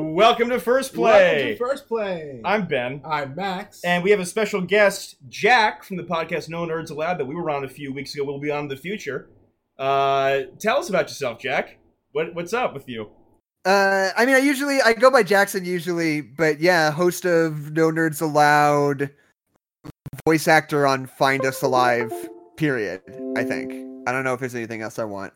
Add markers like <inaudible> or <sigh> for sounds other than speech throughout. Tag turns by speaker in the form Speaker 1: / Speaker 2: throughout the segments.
Speaker 1: Welcome to First
Speaker 2: Welcome to
Speaker 1: Play.
Speaker 2: first play.
Speaker 1: I'm Ben,
Speaker 2: I'm Max.
Speaker 1: and we have a special guest, Jack, from the podcast No Nerds Allowed that we were on a few weeks ago. We'll be on in the future. Uh, tell us about yourself, Jack. What, what's up with you?
Speaker 3: Uh, I mean, I usually I go by Jackson usually, but yeah, host of No Nerds Allowed, voice actor on Find Us Alive. Period. I think. I don't know if there's anything else I want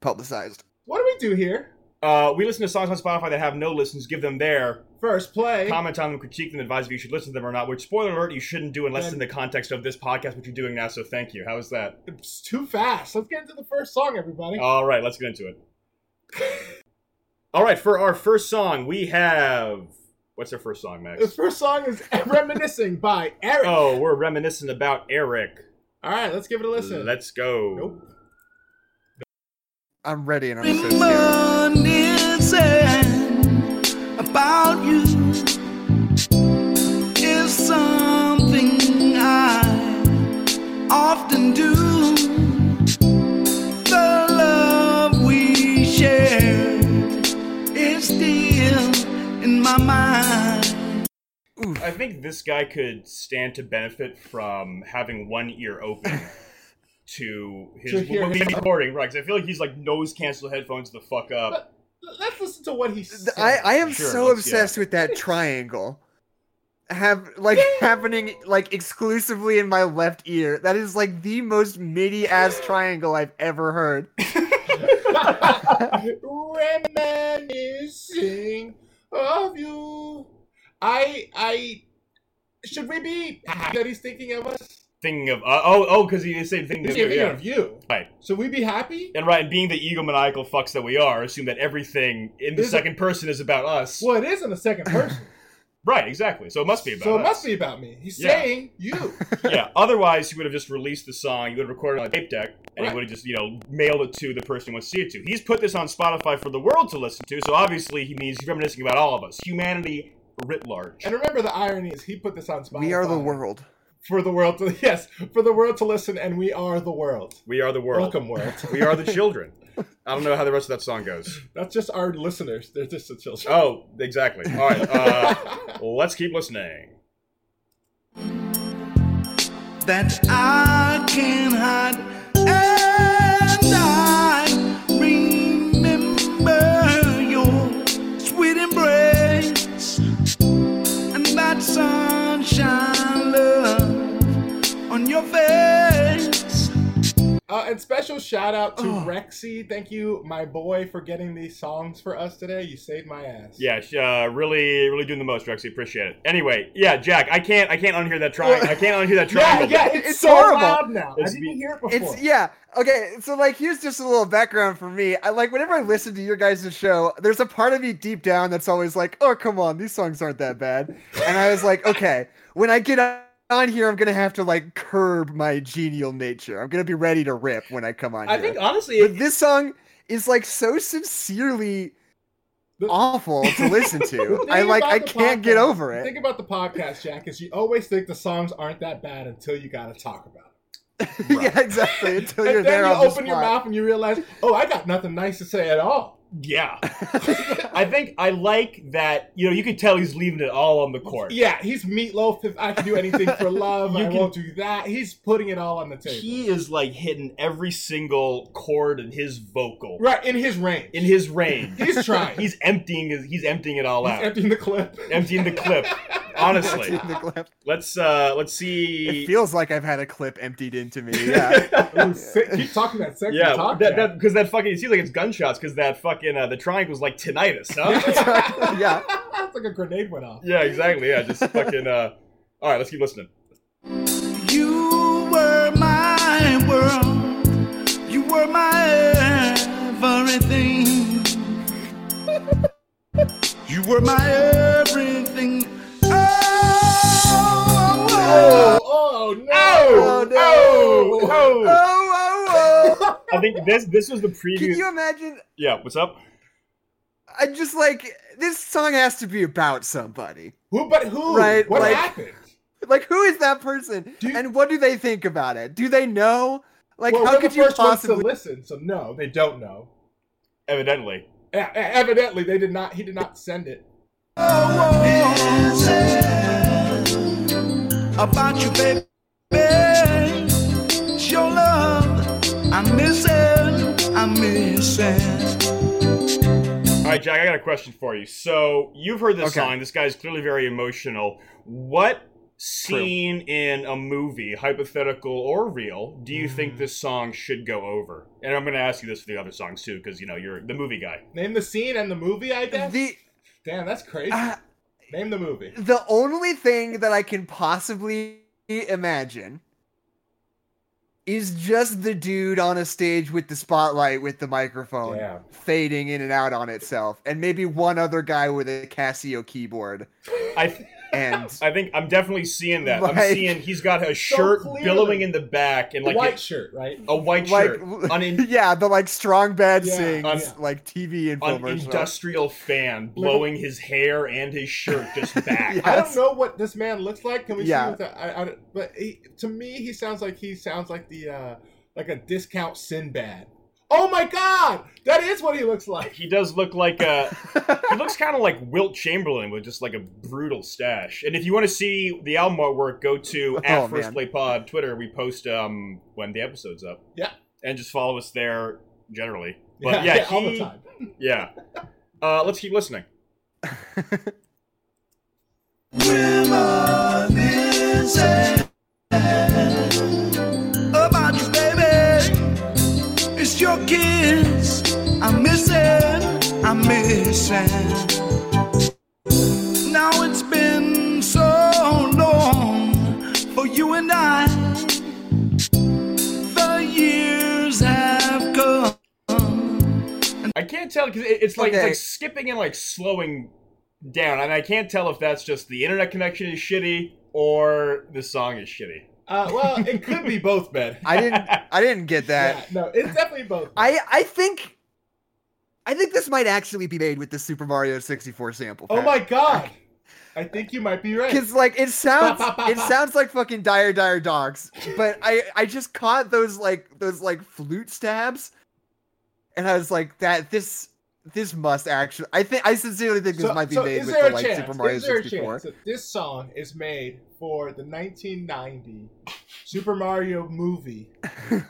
Speaker 3: publicized.
Speaker 2: what do we do here?
Speaker 1: Uh, we listen to songs on Spotify that have no listens. Give them their
Speaker 2: First play.
Speaker 1: comment on them, critique them, advise if you should listen to them or not. Which, spoiler alert, you shouldn't do unless it's in the context of this podcast, which you're doing now. So thank you. How is that?
Speaker 2: It's too fast. Let's get into the first song, everybody.
Speaker 1: All right, let's get into it. All right, for our first song, we have what's our first song,
Speaker 2: the
Speaker 1: Max?
Speaker 2: first song is <laughs> "Reminiscing" by Eric.
Speaker 1: Oh, we're reminiscing about Eric.
Speaker 2: All right, let's give it a listen.
Speaker 1: Oh. Let's go.
Speaker 2: Nope.
Speaker 3: I'm ready and I'm so scared.
Speaker 4: about you is something I often do. The love we share is still in my mind.
Speaker 1: I think this guy could stand to benefit from having one ear
Speaker 2: <laughs>
Speaker 1: open to his
Speaker 2: To hear
Speaker 1: when we
Speaker 2: himself.
Speaker 1: recording, right? 'cause I feel like he's like nose cancel headphones the fuck up.
Speaker 2: Let's listen to what he said.
Speaker 3: I I am
Speaker 1: Sure,
Speaker 3: so
Speaker 1: let's-
Speaker 3: obsessed with that triangle. Have like happening like exclusively in my left ear. That is like the most MIDI ass triangle I've ever heard.
Speaker 2: <laughs> Reminiscing of you. I I should we be happy that he's thinking of us?
Speaker 1: Thinking of uh, oh oh because he did the same thing.
Speaker 2: He's
Speaker 1: that-
Speaker 2: thinking
Speaker 1: yeah.
Speaker 2: of you.
Speaker 1: Right.
Speaker 2: Should we be happy?
Speaker 1: And right, and being the egomaniacal fucks that we are, assume that everything in the
Speaker 2: Is it-
Speaker 1: second person is about us.
Speaker 2: Well, it is in the second person,
Speaker 1: Right, exactly. So it must be about
Speaker 2: so it
Speaker 1: us.
Speaker 2: must be about me. He's
Speaker 1: Yeah.
Speaker 2: saying you. <laughs>
Speaker 1: yeah. Otherwise, you would have just released the song, you would have recorded it on a tape deck, and
Speaker 2: Right.
Speaker 1: you would have just, you know, mailed it to the person who wants to see it to. He's put this on Spotify for the world to listen to, so obviously he means he's reminiscing about all of us, humanity writ large.
Speaker 2: And remember, the irony is he put this on Spotify.
Speaker 3: We are the world.
Speaker 2: for the world to <laughs> yes for the world to listen, and we are the world.
Speaker 1: We are the world. <laughs>
Speaker 2: Welcome, world.
Speaker 1: We are the children. I don't know how the rest of that song goes.
Speaker 2: That's just our listeners. They're just the children.
Speaker 1: Oh, exactly. All right. Uh, let's keep listening.
Speaker 4: that I can hide. And I remember your sweet embrace and that sunshine love on your face.
Speaker 2: <laughs> Uh, and special shout out to
Speaker 3: Oh.
Speaker 2: Rexy. Thank you, my boy, for getting these songs for us today. You saved my ass. <laughs>
Speaker 1: Yeah, sh- uh, really, really doing the most, Rexy. Appreciate it. Anyway, yeah, Jack, I can't, I can't unhear that triangle. I can't unhear that
Speaker 2: yeah,
Speaker 1: triangle.
Speaker 2: yeah. It's,
Speaker 3: It's
Speaker 2: so
Speaker 3: horrible.
Speaker 2: loud now.
Speaker 1: It's
Speaker 2: I didn't
Speaker 1: be-
Speaker 2: hear it before.
Speaker 3: It's yeah. Okay, so like here's just a little background for me. I like whenever I listen to your guys' show, there's a part of me deep down that's always like, "Oh, come on, these songs aren't that bad." And I was like, "Okay, when I get on here, I'm going to have to like curb my genial nature. I'm going to be ready to rip when I come on
Speaker 1: I
Speaker 3: here."
Speaker 1: think honestly,
Speaker 3: but this song is like so sincerely
Speaker 2: The-
Speaker 3: awful to listen to.
Speaker 2: Think
Speaker 3: I like
Speaker 2: about
Speaker 3: I
Speaker 2: <laughs> the
Speaker 3: can't get
Speaker 2: podcast.
Speaker 3: over
Speaker 2: The
Speaker 3: it.
Speaker 2: thing about the podcast, Jack, is you always think the songs aren't that bad until you got to talk about it.
Speaker 3: <laughs>
Speaker 2: <laughs>
Speaker 3: yeah, exactly. Until you're
Speaker 2: and then
Speaker 3: there
Speaker 2: you
Speaker 3: on the
Speaker 2: open your
Speaker 3: spot.
Speaker 2: mouth and you realize, oh, I got nothing nice to say at all.
Speaker 1: <laughs> Yeah. I think I like that, you know, you could tell he's leaving it all on the court.
Speaker 2: Yeah, he's meatloaf. If I can do anything for love,
Speaker 1: You
Speaker 2: I
Speaker 1: can-
Speaker 2: won't do that. He's putting it all on the table.
Speaker 1: He is like hitting every single chord in his vocal,
Speaker 2: right in his range.
Speaker 1: in his <laughs> range.
Speaker 2: he's trying. he's
Speaker 1: he's emptying his, he's emptying it all out.
Speaker 2: emptying the clip.
Speaker 1: emptying the <laughs> clip.
Speaker 3: <laughs>
Speaker 1: Honestly. let's uh let's see
Speaker 3: It feels like I've had a clip emptied into me. Yeah.
Speaker 2: <laughs> Ooh, Oh, sick.
Speaker 3: <laughs>
Speaker 2: Keep talking that sexy
Speaker 1: yeah,
Speaker 2: talk.
Speaker 1: that,
Speaker 2: Jack.
Speaker 1: that, cause that fucking, it seems like it's gunshots cause that fucking, uh, the triangle's like tinnitus, <laughs> huh?
Speaker 3: yeah.
Speaker 2: <laughs> It's like a grenade
Speaker 1: <laughs>
Speaker 2: went off.
Speaker 1: yeah, exactly. Yeah, just fucking, uh, all right, let's keep listening.
Speaker 4: You were my world. You were my everything. you were my everything. Oh, oh,
Speaker 2: Oh, oh no!
Speaker 3: Oh, no.
Speaker 1: Oh, oh.
Speaker 4: <laughs>
Speaker 3: Oh, oh, oh.
Speaker 1: I think this, this was the
Speaker 3: Can
Speaker 1: preview.
Speaker 3: you imagine?
Speaker 1: yeah, what's up?
Speaker 3: I just like this song has to be about somebody.
Speaker 2: Who? But who?
Speaker 3: Right,
Speaker 2: What
Speaker 3: like-
Speaker 2: happened?
Speaker 3: Like, who is that person,
Speaker 2: Do you-
Speaker 3: and what do they think about it? Do they know? Like,
Speaker 2: well,
Speaker 3: how
Speaker 2: we're
Speaker 3: could
Speaker 2: the
Speaker 3: you
Speaker 2: first ones
Speaker 3: possibly?
Speaker 2: to listen? So no, they don't know.
Speaker 1: Evidently.
Speaker 2: E- Evidently, they did not. He did not send it.
Speaker 4: Is it about you, baby? It's your love. I'm missing. I'm missing.
Speaker 1: All right, Jack, I got a question for you. So you've heard this
Speaker 3: Okay.
Speaker 1: song. This guy's clearly very emotional. What scene in a movie, hypothetical or real, do you think this song should go over? And I'm going to ask you this for the other songs too, because you know you're the movie guy.
Speaker 2: Name the scene and the movie. I guess.
Speaker 3: The
Speaker 2: Damn, that's crazy.
Speaker 3: uh,
Speaker 2: Name the movie.
Speaker 3: the only thing that I can possibly imagine is just the dude on a stage with the spotlight with the microphone
Speaker 2: Damn.
Speaker 3: fading in and out on itself, and maybe one other guy with a Casio keyboard.
Speaker 1: I th-
Speaker 3: And
Speaker 1: <laughs> I think I'm definitely seeing that. I'm
Speaker 3: Like-
Speaker 1: seeing he's got a shirt
Speaker 2: clearly.
Speaker 1: billowing in the back and like
Speaker 2: White
Speaker 1: a-
Speaker 2: shirt, right?
Speaker 1: a, white
Speaker 3: like,
Speaker 1: shirt on
Speaker 3: <laughs>
Speaker 1: an,
Speaker 3: yeah, the like strong bad
Speaker 2: Yeah,
Speaker 3: sings
Speaker 1: on-
Speaker 3: like TV
Speaker 1: an
Speaker 3: infomercial.
Speaker 1: industrial fan blowing his hair and his shirt just back.
Speaker 3: Yeah.
Speaker 2: I don't
Speaker 3: Yes.
Speaker 2: know what this man looks like. Can we see
Speaker 3: Yeah.
Speaker 2: what that? I, I, but he, to me, he sounds like he sounds like the uh, like a discount Sinbad. Oh my God, that is what he looks like.
Speaker 1: He does look like a. he looks kind of like Wilt Chamberlain with just like a brutal stash. And if you want to see the album artwork, go to
Speaker 3: Oh,
Speaker 1: at First
Speaker 3: man.
Speaker 1: Play Pod Twitter. We post um when the episode's up.
Speaker 2: Yeah.
Speaker 1: and just follow us there generally. But yeah, he,
Speaker 2: all the time.
Speaker 1: yeah. Uh, let's keep listening.
Speaker 4: Reminiscing about you, baby. It's your kiss. I'm missing. I'm missing. Now it's been so long for you and I. The years have come.
Speaker 1: I can't tell because it, it's like it's
Speaker 3: Okay.
Speaker 1: like skipping and like slowing down, and I can't tell if that's just the internet connection is shitty or the song is shitty.
Speaker 2: Uh, well, it could be both, Ben.
Speaker 3: I
Speaker 1: <laughs>
Speaker 3: didn't. I didn't get that.
Speaker 2: Yeah, no, it's definitely both.
Speaker 3: I I think I think this might actually be made with the Super Mario 64 sample.
Speaker 2: oh my God, I think you might be right.
Speaker 3: Because like it sounds
Speaker 2: Ba, ba, ba, <laughs>
Speaker 3: it
Speaker 2: ba.
Speaker 3: sounds like fucking dire dire dogs, but I I just caught those like those like flute stabs, and I was like that this this must actually I think I sincerely think this might be made
Speaker 2: is
Speaker 3: with
Speaker 2: there
Speaker 3: the
Speaker 2: a
Speaker 3: like
Speaker 2: chance-
Speaker 3: Super Mario
Speaker 2: is there a
Speaker 3: 64.
Speaker 2: chance that this song is made for the 1990 Super Mario movie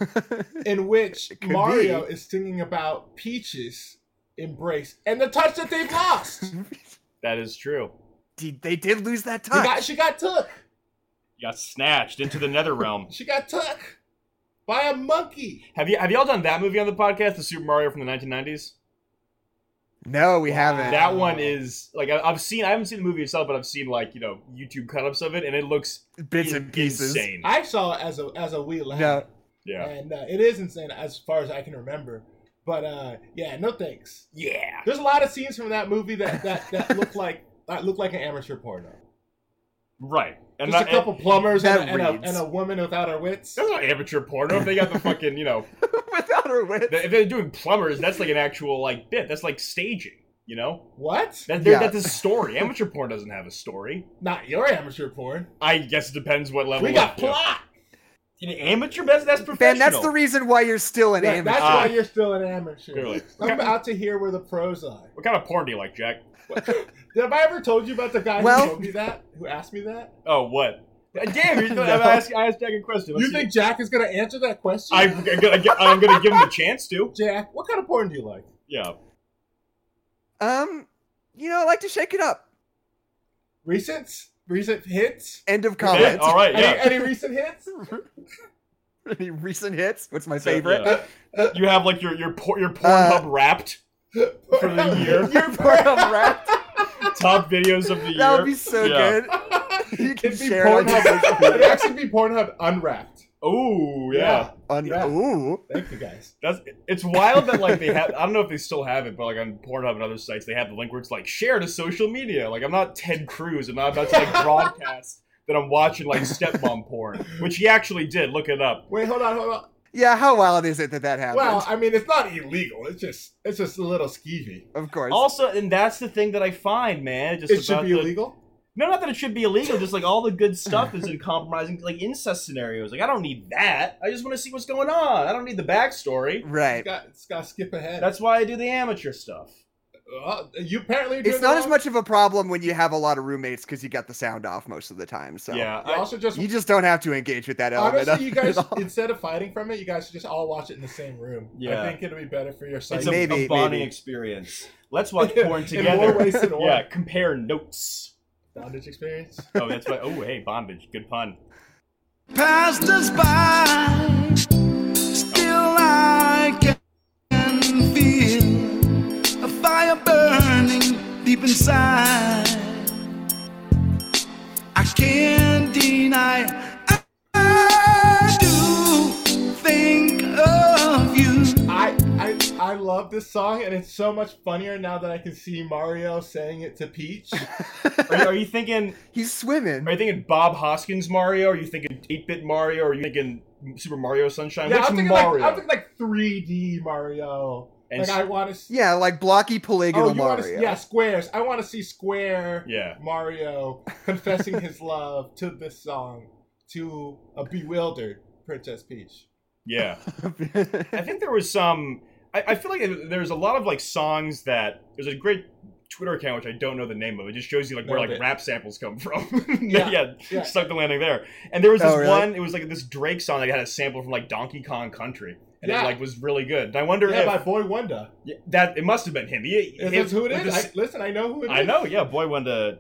Speaker 3: <laughs>
Speaker 2: in which
Speaker 3: It could
Speaker 2: Mario
Speaker 3: be.
Speaker 2: is singing about Peach's embrace and the touch that they've
Speaker 3: <laughs>
Speaker 2: lost. He
Speaker 1: That is true.
Speaker 3: Dude, they did lose that touch.
Speaker 2: got, she got took.
Speaker 1: You got snatched into the nether <laughs> realm.
Speaker 2: She got took by a monkey.
Speaker 1: Have you have y'all done that movie on the podcast, the Super Mario from the 1990s?
Speaker 3: no, we haven't.
Speaker 1: That one is like I, I've seen. I haven't seen the movie itself, but I've seen like you know YouTube cut-ups of it, and it looks
Speaker 3: Bits
Speaker 1: in-
Speaker 3: and pieces.
Speaker 1: Insane.
Speaker 2: I saw it as a as a wee lad,
Speaker 3: No.
Speaker 1: yeah,
Speaker 2: and uh, it is insane as far as I can remember. But uh, yeah, no thanks.
Speaker 1: yeah.
Speaker 2: There's a lot of scenes from that movie that that,
Speaker 3: <laughs>
Speaker 2: that look like that look like an amateur porno.
Speaker 1: Right. And
Speaker 2: Just
Speaker 1: that-
Speaker 2: a couple plumbers and
Speaker 3: that
Speaker 2: a, and, a,
Speaker 3: reads.
Speaker 2: and a woman without her wits.
Speaker 1: That's not amateur porno. If they got the fucking you know,
Speaker 3: <laughs> Without her wit.
Speaker 1: if they're doing plumbers, that's like an actual like bit. That's like staging. You know,
Speaker 2: What?
Speaker 1: that, there-
Speaker 3: Yeah.
Speaker 1: that's a story. Amateur porn doesn't have a story.
Speaker 2: Not your amateur porn.
Speaker 1: I guess it depends what level.
Speaker 2: We got
Speaker 1: of, you know-
Speaker 2: plot.
Speaker 1: An amateur that's that's professional.
Speaker 3: Ben, that's the reason why you're still an
Speaker 2: Yeah,
Speaker 3: amateur.
Speaker 2: That's
Speaker 1: Ah.
Speaker 2: why you're still an amateur.
Speaker 1: Clearly.
Speaker 2: I'm out to hear where the pros are.
Speaker 1: What kind of porn do you like, Jack?
Speaker 2: Have I ever told you about the guy who
Speaker 3: Well-
Speaker 2: told me that? Who asked me that?
Speaker 1: Oh, what? <laughs> Damn, you
Speaker 3: No.
Speaker 1: I, asked, I asked Jack a question. Let's
Speaker 2: you
Speaker 1: see.
Speaker 2: think Jack is gonna answer that question?
Speaker 1: I, am gonna, <laughs> I'm gonna give him the chance to.
Speaker 2: Jack, what kind of porn do you like?
Speaker 1: Yeah.
Speaker 3: Um, you know, I like to shake it up.
Speaker 2: Recent, recent hits.
Speaker 3: End of
Speaker 1: Yeah,
Speaker 3: comment.
Speaker 1: all right. Yeah.
Speaker 2: Any, any recent hits?
Speaker 3: <laughs> Any recent hits? What's my
Speaker 1: So,
Speaker 3: favorite?
Speaker 1: yeah. You have like your your por- your
Speaker 3: Uh,
Speaker 1: Pornhub wrapped for
Speaker 2: <laughs>
Speaker 1: the year.
Speaker 3: <laughs> Your Pornhub Wrapped.
Speaker 1: top videos of the year.
Speaker 3: That would be
Speaker 2: <laughs>
Speaker 3: so
Speaker 1: Yeah.
Speaker 3: good. You can
Speaker 2: It'd be
Speaker 3: share it on
Speaker 2: <laughs>
Speaker 3: your social
Speaker 2: Pornhub. It'd
Speaker 3: media.
Speaker 2: actually be Pornhub unwrapped.
Speaker 1: Oh yeah.
Speaker 3: On-
Speaker 2: Yeah.
Speaker 3: Ooh.
Speaker 2: Thank you guys.
Speaker 1: That's it's wild that like they have. I don't know if they still have it, but like on Pornhub and other sites, they have the link where it's like share to social media. Like I'm not Ted Cruz. I'm not about to like broadcast that I'm watching like stepmom porn, which he actually did. Look it up.
Speaker 2: Wait, hold on, hold on.
Speaker 3: Yeah, how wild is it that that happened?
Speaker 2: Well, I mean, it's not illegal. It's just, it's just a little skeevy.
Speaker 3: of course.
Speaker 1: Also, and that's the thing that I find, man. Just
Speaker 2: It should
Speaker 1: about
Speaker 2: be
Speaker 1: the-
Speaker 2: illegal.
Speaker 1: No, not that it should be illegal. Just like all the good stuff is in compromising, like incest scenarios. Like I don't need that. I just want to see what's going on. I don't need the backstory.
Speaker 3: right.
Speaker 2: It's got, it's got to skip ahead.
Speaker 1: That's why I do the amateur stuff.
Speaker 2: Uh, you apparently are
Speaker 3: It's
Speaker 2: doing
Speaker 3: not
Speaker 2: the
Speaker 3: as
Speaker 2: wrong-
Speaker 3: much of a problem when you have a lot of roommates because you got the sound off most of the time. So
Speaker 1: yeah,
Speaker 2: You
Speaker 1: I,
Speaker 2: also just
Speaker 3: you just don't have to engage with that element.
Speaker 1: <laughs>
Speaker 2: honestly, you
Speaker 3: of it
Speaker 2: guys
Speaker 3: at all. <laughs>
Speaker 2: instead of fighting from it, you guys should just all watch it in the same room.
Speaker 1: Yeah.
Speaker 2: I think it'll be better for your psyche.
Speaker 1: it's a, <laughs>
Speaker 2: <laughs>
Speaker 3: Maybe,
Speaker 1: a bonding
Speaker 3: maybe.
Speaker 1: experience. Let's watch porn
Speaker 2: In more
Speaker 1: together.
Speaker 2: ways than one.
Speaker 1: <laughs> yeah, compare notes.
Speaker 2: Bondage experience.
Speaker 1: Oh, that's why. Oh, hey, bondage. Good
Speaker 2: <laughs>
Speaker 1: pun.
Speaker 4: Passed us by, still I can feel a fire burning deep inside. I can't deny I do think of you.
Speaker 2: I, I I love this song, and it's so much funnier now that I can see Mario saying it
Speaker 1: <laughs>
Speaker 2: to Peach.
Speaker 1: Are you, are you thinking?
Speaker 3: He's swimming.
Speaker 1: Are you thinking Bob Hoskins Mario? Are you thinking 8-bit Mario? Are you thinking Super Mario Sunshine?
Speaker 2: Yeah,
Speaker 1: Which
Speaker 2: I'm thinking
Speaker 1: Mario?
Speaker 2: like I'm thinking like 3D Mario.
Speaker 1: And
Speaker 2: like
Speaker 1: s-
Speaker 2: I want to see.
Speaker 3: Yeah, like blocky polygonal
Speaker 2: oh, you want
Speaker 3: Mario.
Speaker 2: to? Yeah, squares. I want to see Square
Speaker 1: yeah. <laughs>
Speaker 2: Mario confessing his love to this song to a bewildered Princess Peach.
Speaker 1: Yeah. I think there was some. I, I feel like there's a lot of like songs that there's a great Twitter account which I don't know the name of. It just shows you like where
Speaker 2: Nailed
Speaker 1: like
Speaker 2: it.
Speaker 1: rap samples come <laughs> from. yeah,
Speaker 2: Yeah, yeah.
Speaker 1: stuck the landing there. And there was this
Speaker 3: Oh, really?
Speaker 1: one. It was like this Drake song that had a sample from like Donkey Kong Country, and it
Speaker 2: Yeah.
Speaker 1: like was really good. And I wonder
Speaker 2: Yeah,
Speaker 1: if
Speaker 2: my boy Wanda.
Speaker 1: yeah, that it must have been him. He,
Speaker 2: Is
Speaker 1: he-
Speaker 2: this who it
Speaker 1: with
Speaker 2: is?
Speaker 1: this-
Speaker 2: I, listen, I know who it is.
Speaker 1: I know. Yeah, boy, when the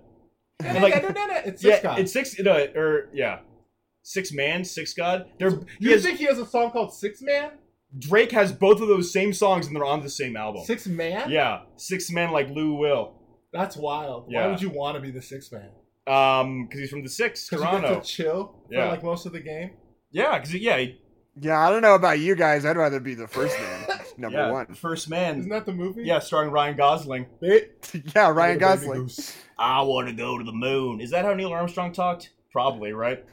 Speaker 2: And
Speaker 1: like-
Speaker 2: like, it's
Speaker 1: yeah,
Speaker 2: this guy.
Speaker 1: it's six. No, or yeah, six man, six god. They're he
Speaker 2: you
Speaker 1: has,
Speaker 2: think he has a song called Six Man?
Speaker 1: Drake has both of those same songs, and they're on the same album.
Speaker 2: Six
Speaker 1: <laughs>
Speaker 2: Man?
Speaker 1: Yeah, six man like Lou Will.
Speaker 2: That's wild.
Speaker 1: Yeah.
Speaker 2: Why would you want to be the Six Man?
Speaker 1: Um, because he's from the six,
Speaker 2: Because you
Speaker 1: Toronto.
Speaker 2: get to chill
Speaker 1: Yeah.
Speaker 2: for like most of the game.
Speaker 1: Yeah, because yeah, he-
Speaker 3: <laughs> Yeah, I don't know about you guys. I'd rather be the first man.
Speaker 2: <laughs>
Speaker 3: Number
Speaker 1: yeah,
Speaker 3: one. <laughs>
Speaker 1: first
Speaker 2: Isn't
Speaker 1: man.
Speaker 2: that the movie?
Speaker 1: Yeah, starring Ryan Gosling.
Speaker 2: They-
Speaker 3: yeah,
Speaker 2: Little
Speaker 3: Ryan
Speaker 2: Baby
Speaker 3: Gosling.
Speaker 2: Goose.
Speaker 3: <laughs>
Speaker 1: I want to go to the moon. Is that how Neil Armstrong talked? Probably right.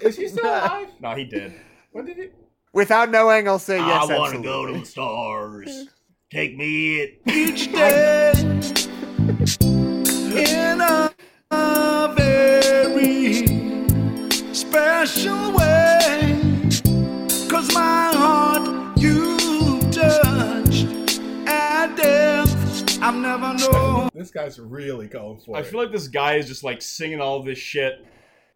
Speaker 2: Is he still alive?
Speaker 1: No, he did.
Speaker 2: When did he?
Speaker 3: Without knowing, I'll say <laughs> yes.
Speaker 1: I want to
Speaker 3: absolutely.
Speaker 1: go to the
Speaker 3: <laughs>
Speaker 1: stars. Take me it.
Speaker 4: Each day in a, a very special way. Cause my heart you touched at death I've never known.
Speaker 2: This guy's really going for
Speaker 1: I
Speaker 2: it.
Speaker 1: feel like this guy is just like singing all this shit,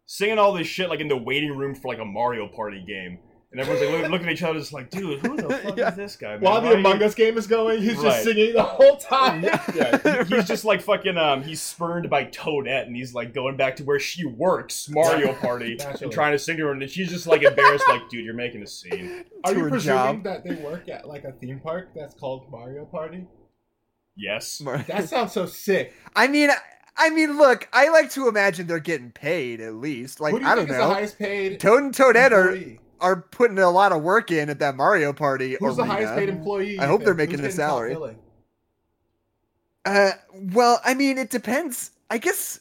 Speaker 1: singing all this shit like in the waiting room for like a Mario Party game, and everyone's like look- looking at each other, just like, dude, who
Speaker 3: <laughs>
Speaker 1: the fuck
Speaker 3: Yeah.
Speaker 1: is this guy? Man?
Speaker 2: While
Speaker 1: Why
Speaker 2: the
Speaker 1: are
Speaker 2: Among
Speaker 1: you-"
Speaker 2: Us game is going, he's
Speaker 1: Right.
Speaker 2: just singing the whole time. <laughs>
Speaker 1: Yeah,
Speaker 3: <laughs>
Speaker 1: he- he's just like fucking. Um, he's spurned by Toadette, and he's like going back to where she works, Mario Party, and
Speaker 2: Naturally.
Speaker 1: trying to sing to her, and she's just like embarrassed, like, dude, you're making a scene.
Speaker 2: Are
Speaker 3: To
Speaker 2: you
Speaker 3: her
Speaker 2: presuming
Speaker 3: job.
Speaker 2: that they work at like a theme park that's called Mario Party?
Speaker 1: Yes,
Speaker 2: That sounds so sick.
Speaker 3: I mean, I mean, look, I like to imagine they're getting paid at least. Like
Speaker 2: Who do you
Speaker 3: I
Speaker 2: think
Speaker 3: don't
Speaker 2: is the
Speaker 3: know.
Speaker 2: highest paid?
Speaker 3: Toad and Toadette are,
Speaker 2: employee?
Speaker 3: are putting a lot of work in at that Mario Party
Speaker 2: Who's the
Speaker 3: arena.
Speaker 2: highest paid employee?
Speaker 3: I
Speaker 2: you
Speaker 3: hope they're
Speaker 2: think?
Speaker 3: making
Speaker 2: Who's getting
Speaker 3: a
Speaker 2: top
Speaker 3: salary.
Speaker 2: billing?
Speaker 3: Uh, well, I mean, it depends. I guess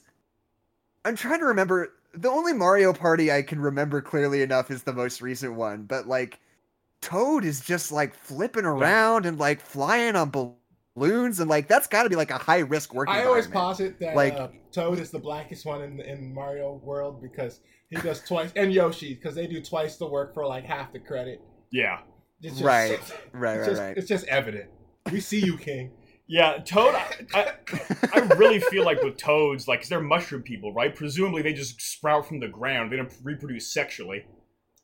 Speaker 3: I'm trying to remember. The only Mario Party I can remember clearly enough is the most recent one, but like Toad is just like flipping around and like flying on bal- balloons, and like that's got to be like a high risk work.
Speaker 2: I always
Speaker 3: environment.
Speaker 2: posit that
Speaker 3: Like-
Speaker 2: uh, Toad is the blackest one in in Mario world because he does twice, and Yoshi because they do twice the work for like half the credit.
Speaker 1: yeah,
Speaker 2: It's just,
Speaker 3: Right.
Speaker 2: It's
Speaker 3: right, right,
Speaker 2: just, <laughs>
Speaker 3: right.
Speaker 2: It's just evident. We see you, King.
Speaker 1: yeah. Toad, I, I, I really feel like with toads, like, 'cause they're mushroom people, right? Presumably, they just sprout from the ground. They don't reproduce sexually,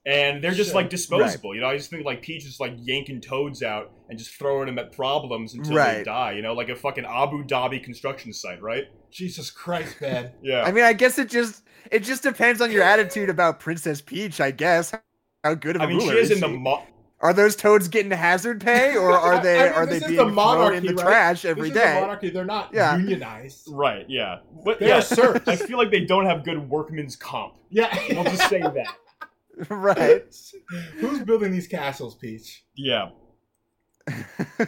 Speaker 1: and they're just
Speaker 2: Sure.
Speaker 1: like disposable. You know, I just think like Peach is like yanking toads out and just throwing them at problems until they
Speaker 3: Right.
Speaker 1: die. You know, like a fucking Abu Dhabi construction site, right?
Speaker 2: Jesus Christ, man.
Speaker 1: Yeah.
Speaker 3: I mean, I guess it just it just depends on your attitude about Princess Peach. I guess how good of a
Speaker 1: I mean,
Speaker 3: ruler
Speaker 1: she is
Speaker 3: is
Speaker 1: in the
Speaker 3: she?
Speaker 1: mo-
Speaker 3: Are those toads getting hazard pay, or
Speaker 2: I- <laughs>
Speaker 3: are
Speaker 2: I
Speaker 3: they
Speaker 2: mean,
Speaker 3: are
Speaker 2: this
Speaker 3: they
Speaker 2: is the
Speaker 3: being thrown in
Speaker 2: monarchy,
Speaker 3: the
Speaker 2: right?
Speaker 3: trash
Speaker 2: This
Speaker 3: <laughs> every
Speaker 2: is the
Speaker 3: day?
Speaker 2: monarchy. They're not
Speaker 3: Yeah.
Speaker 2: unionized.
Speaker 1: right. Yeah, but
Speaker 2: They
Speaker 1: yeah,
Speaker 2: are serfs.
Speaker 1: I feel like they don't have good workman's comp. We'll
Speaker 2: Yeah.
Speaker 1: just say that.
Speaker 3: <laughs> right?
Speaker 2: <laughs> Who's building these castles, Peach?
Speaker 3: <laughs>
Speaker 1: Yeah.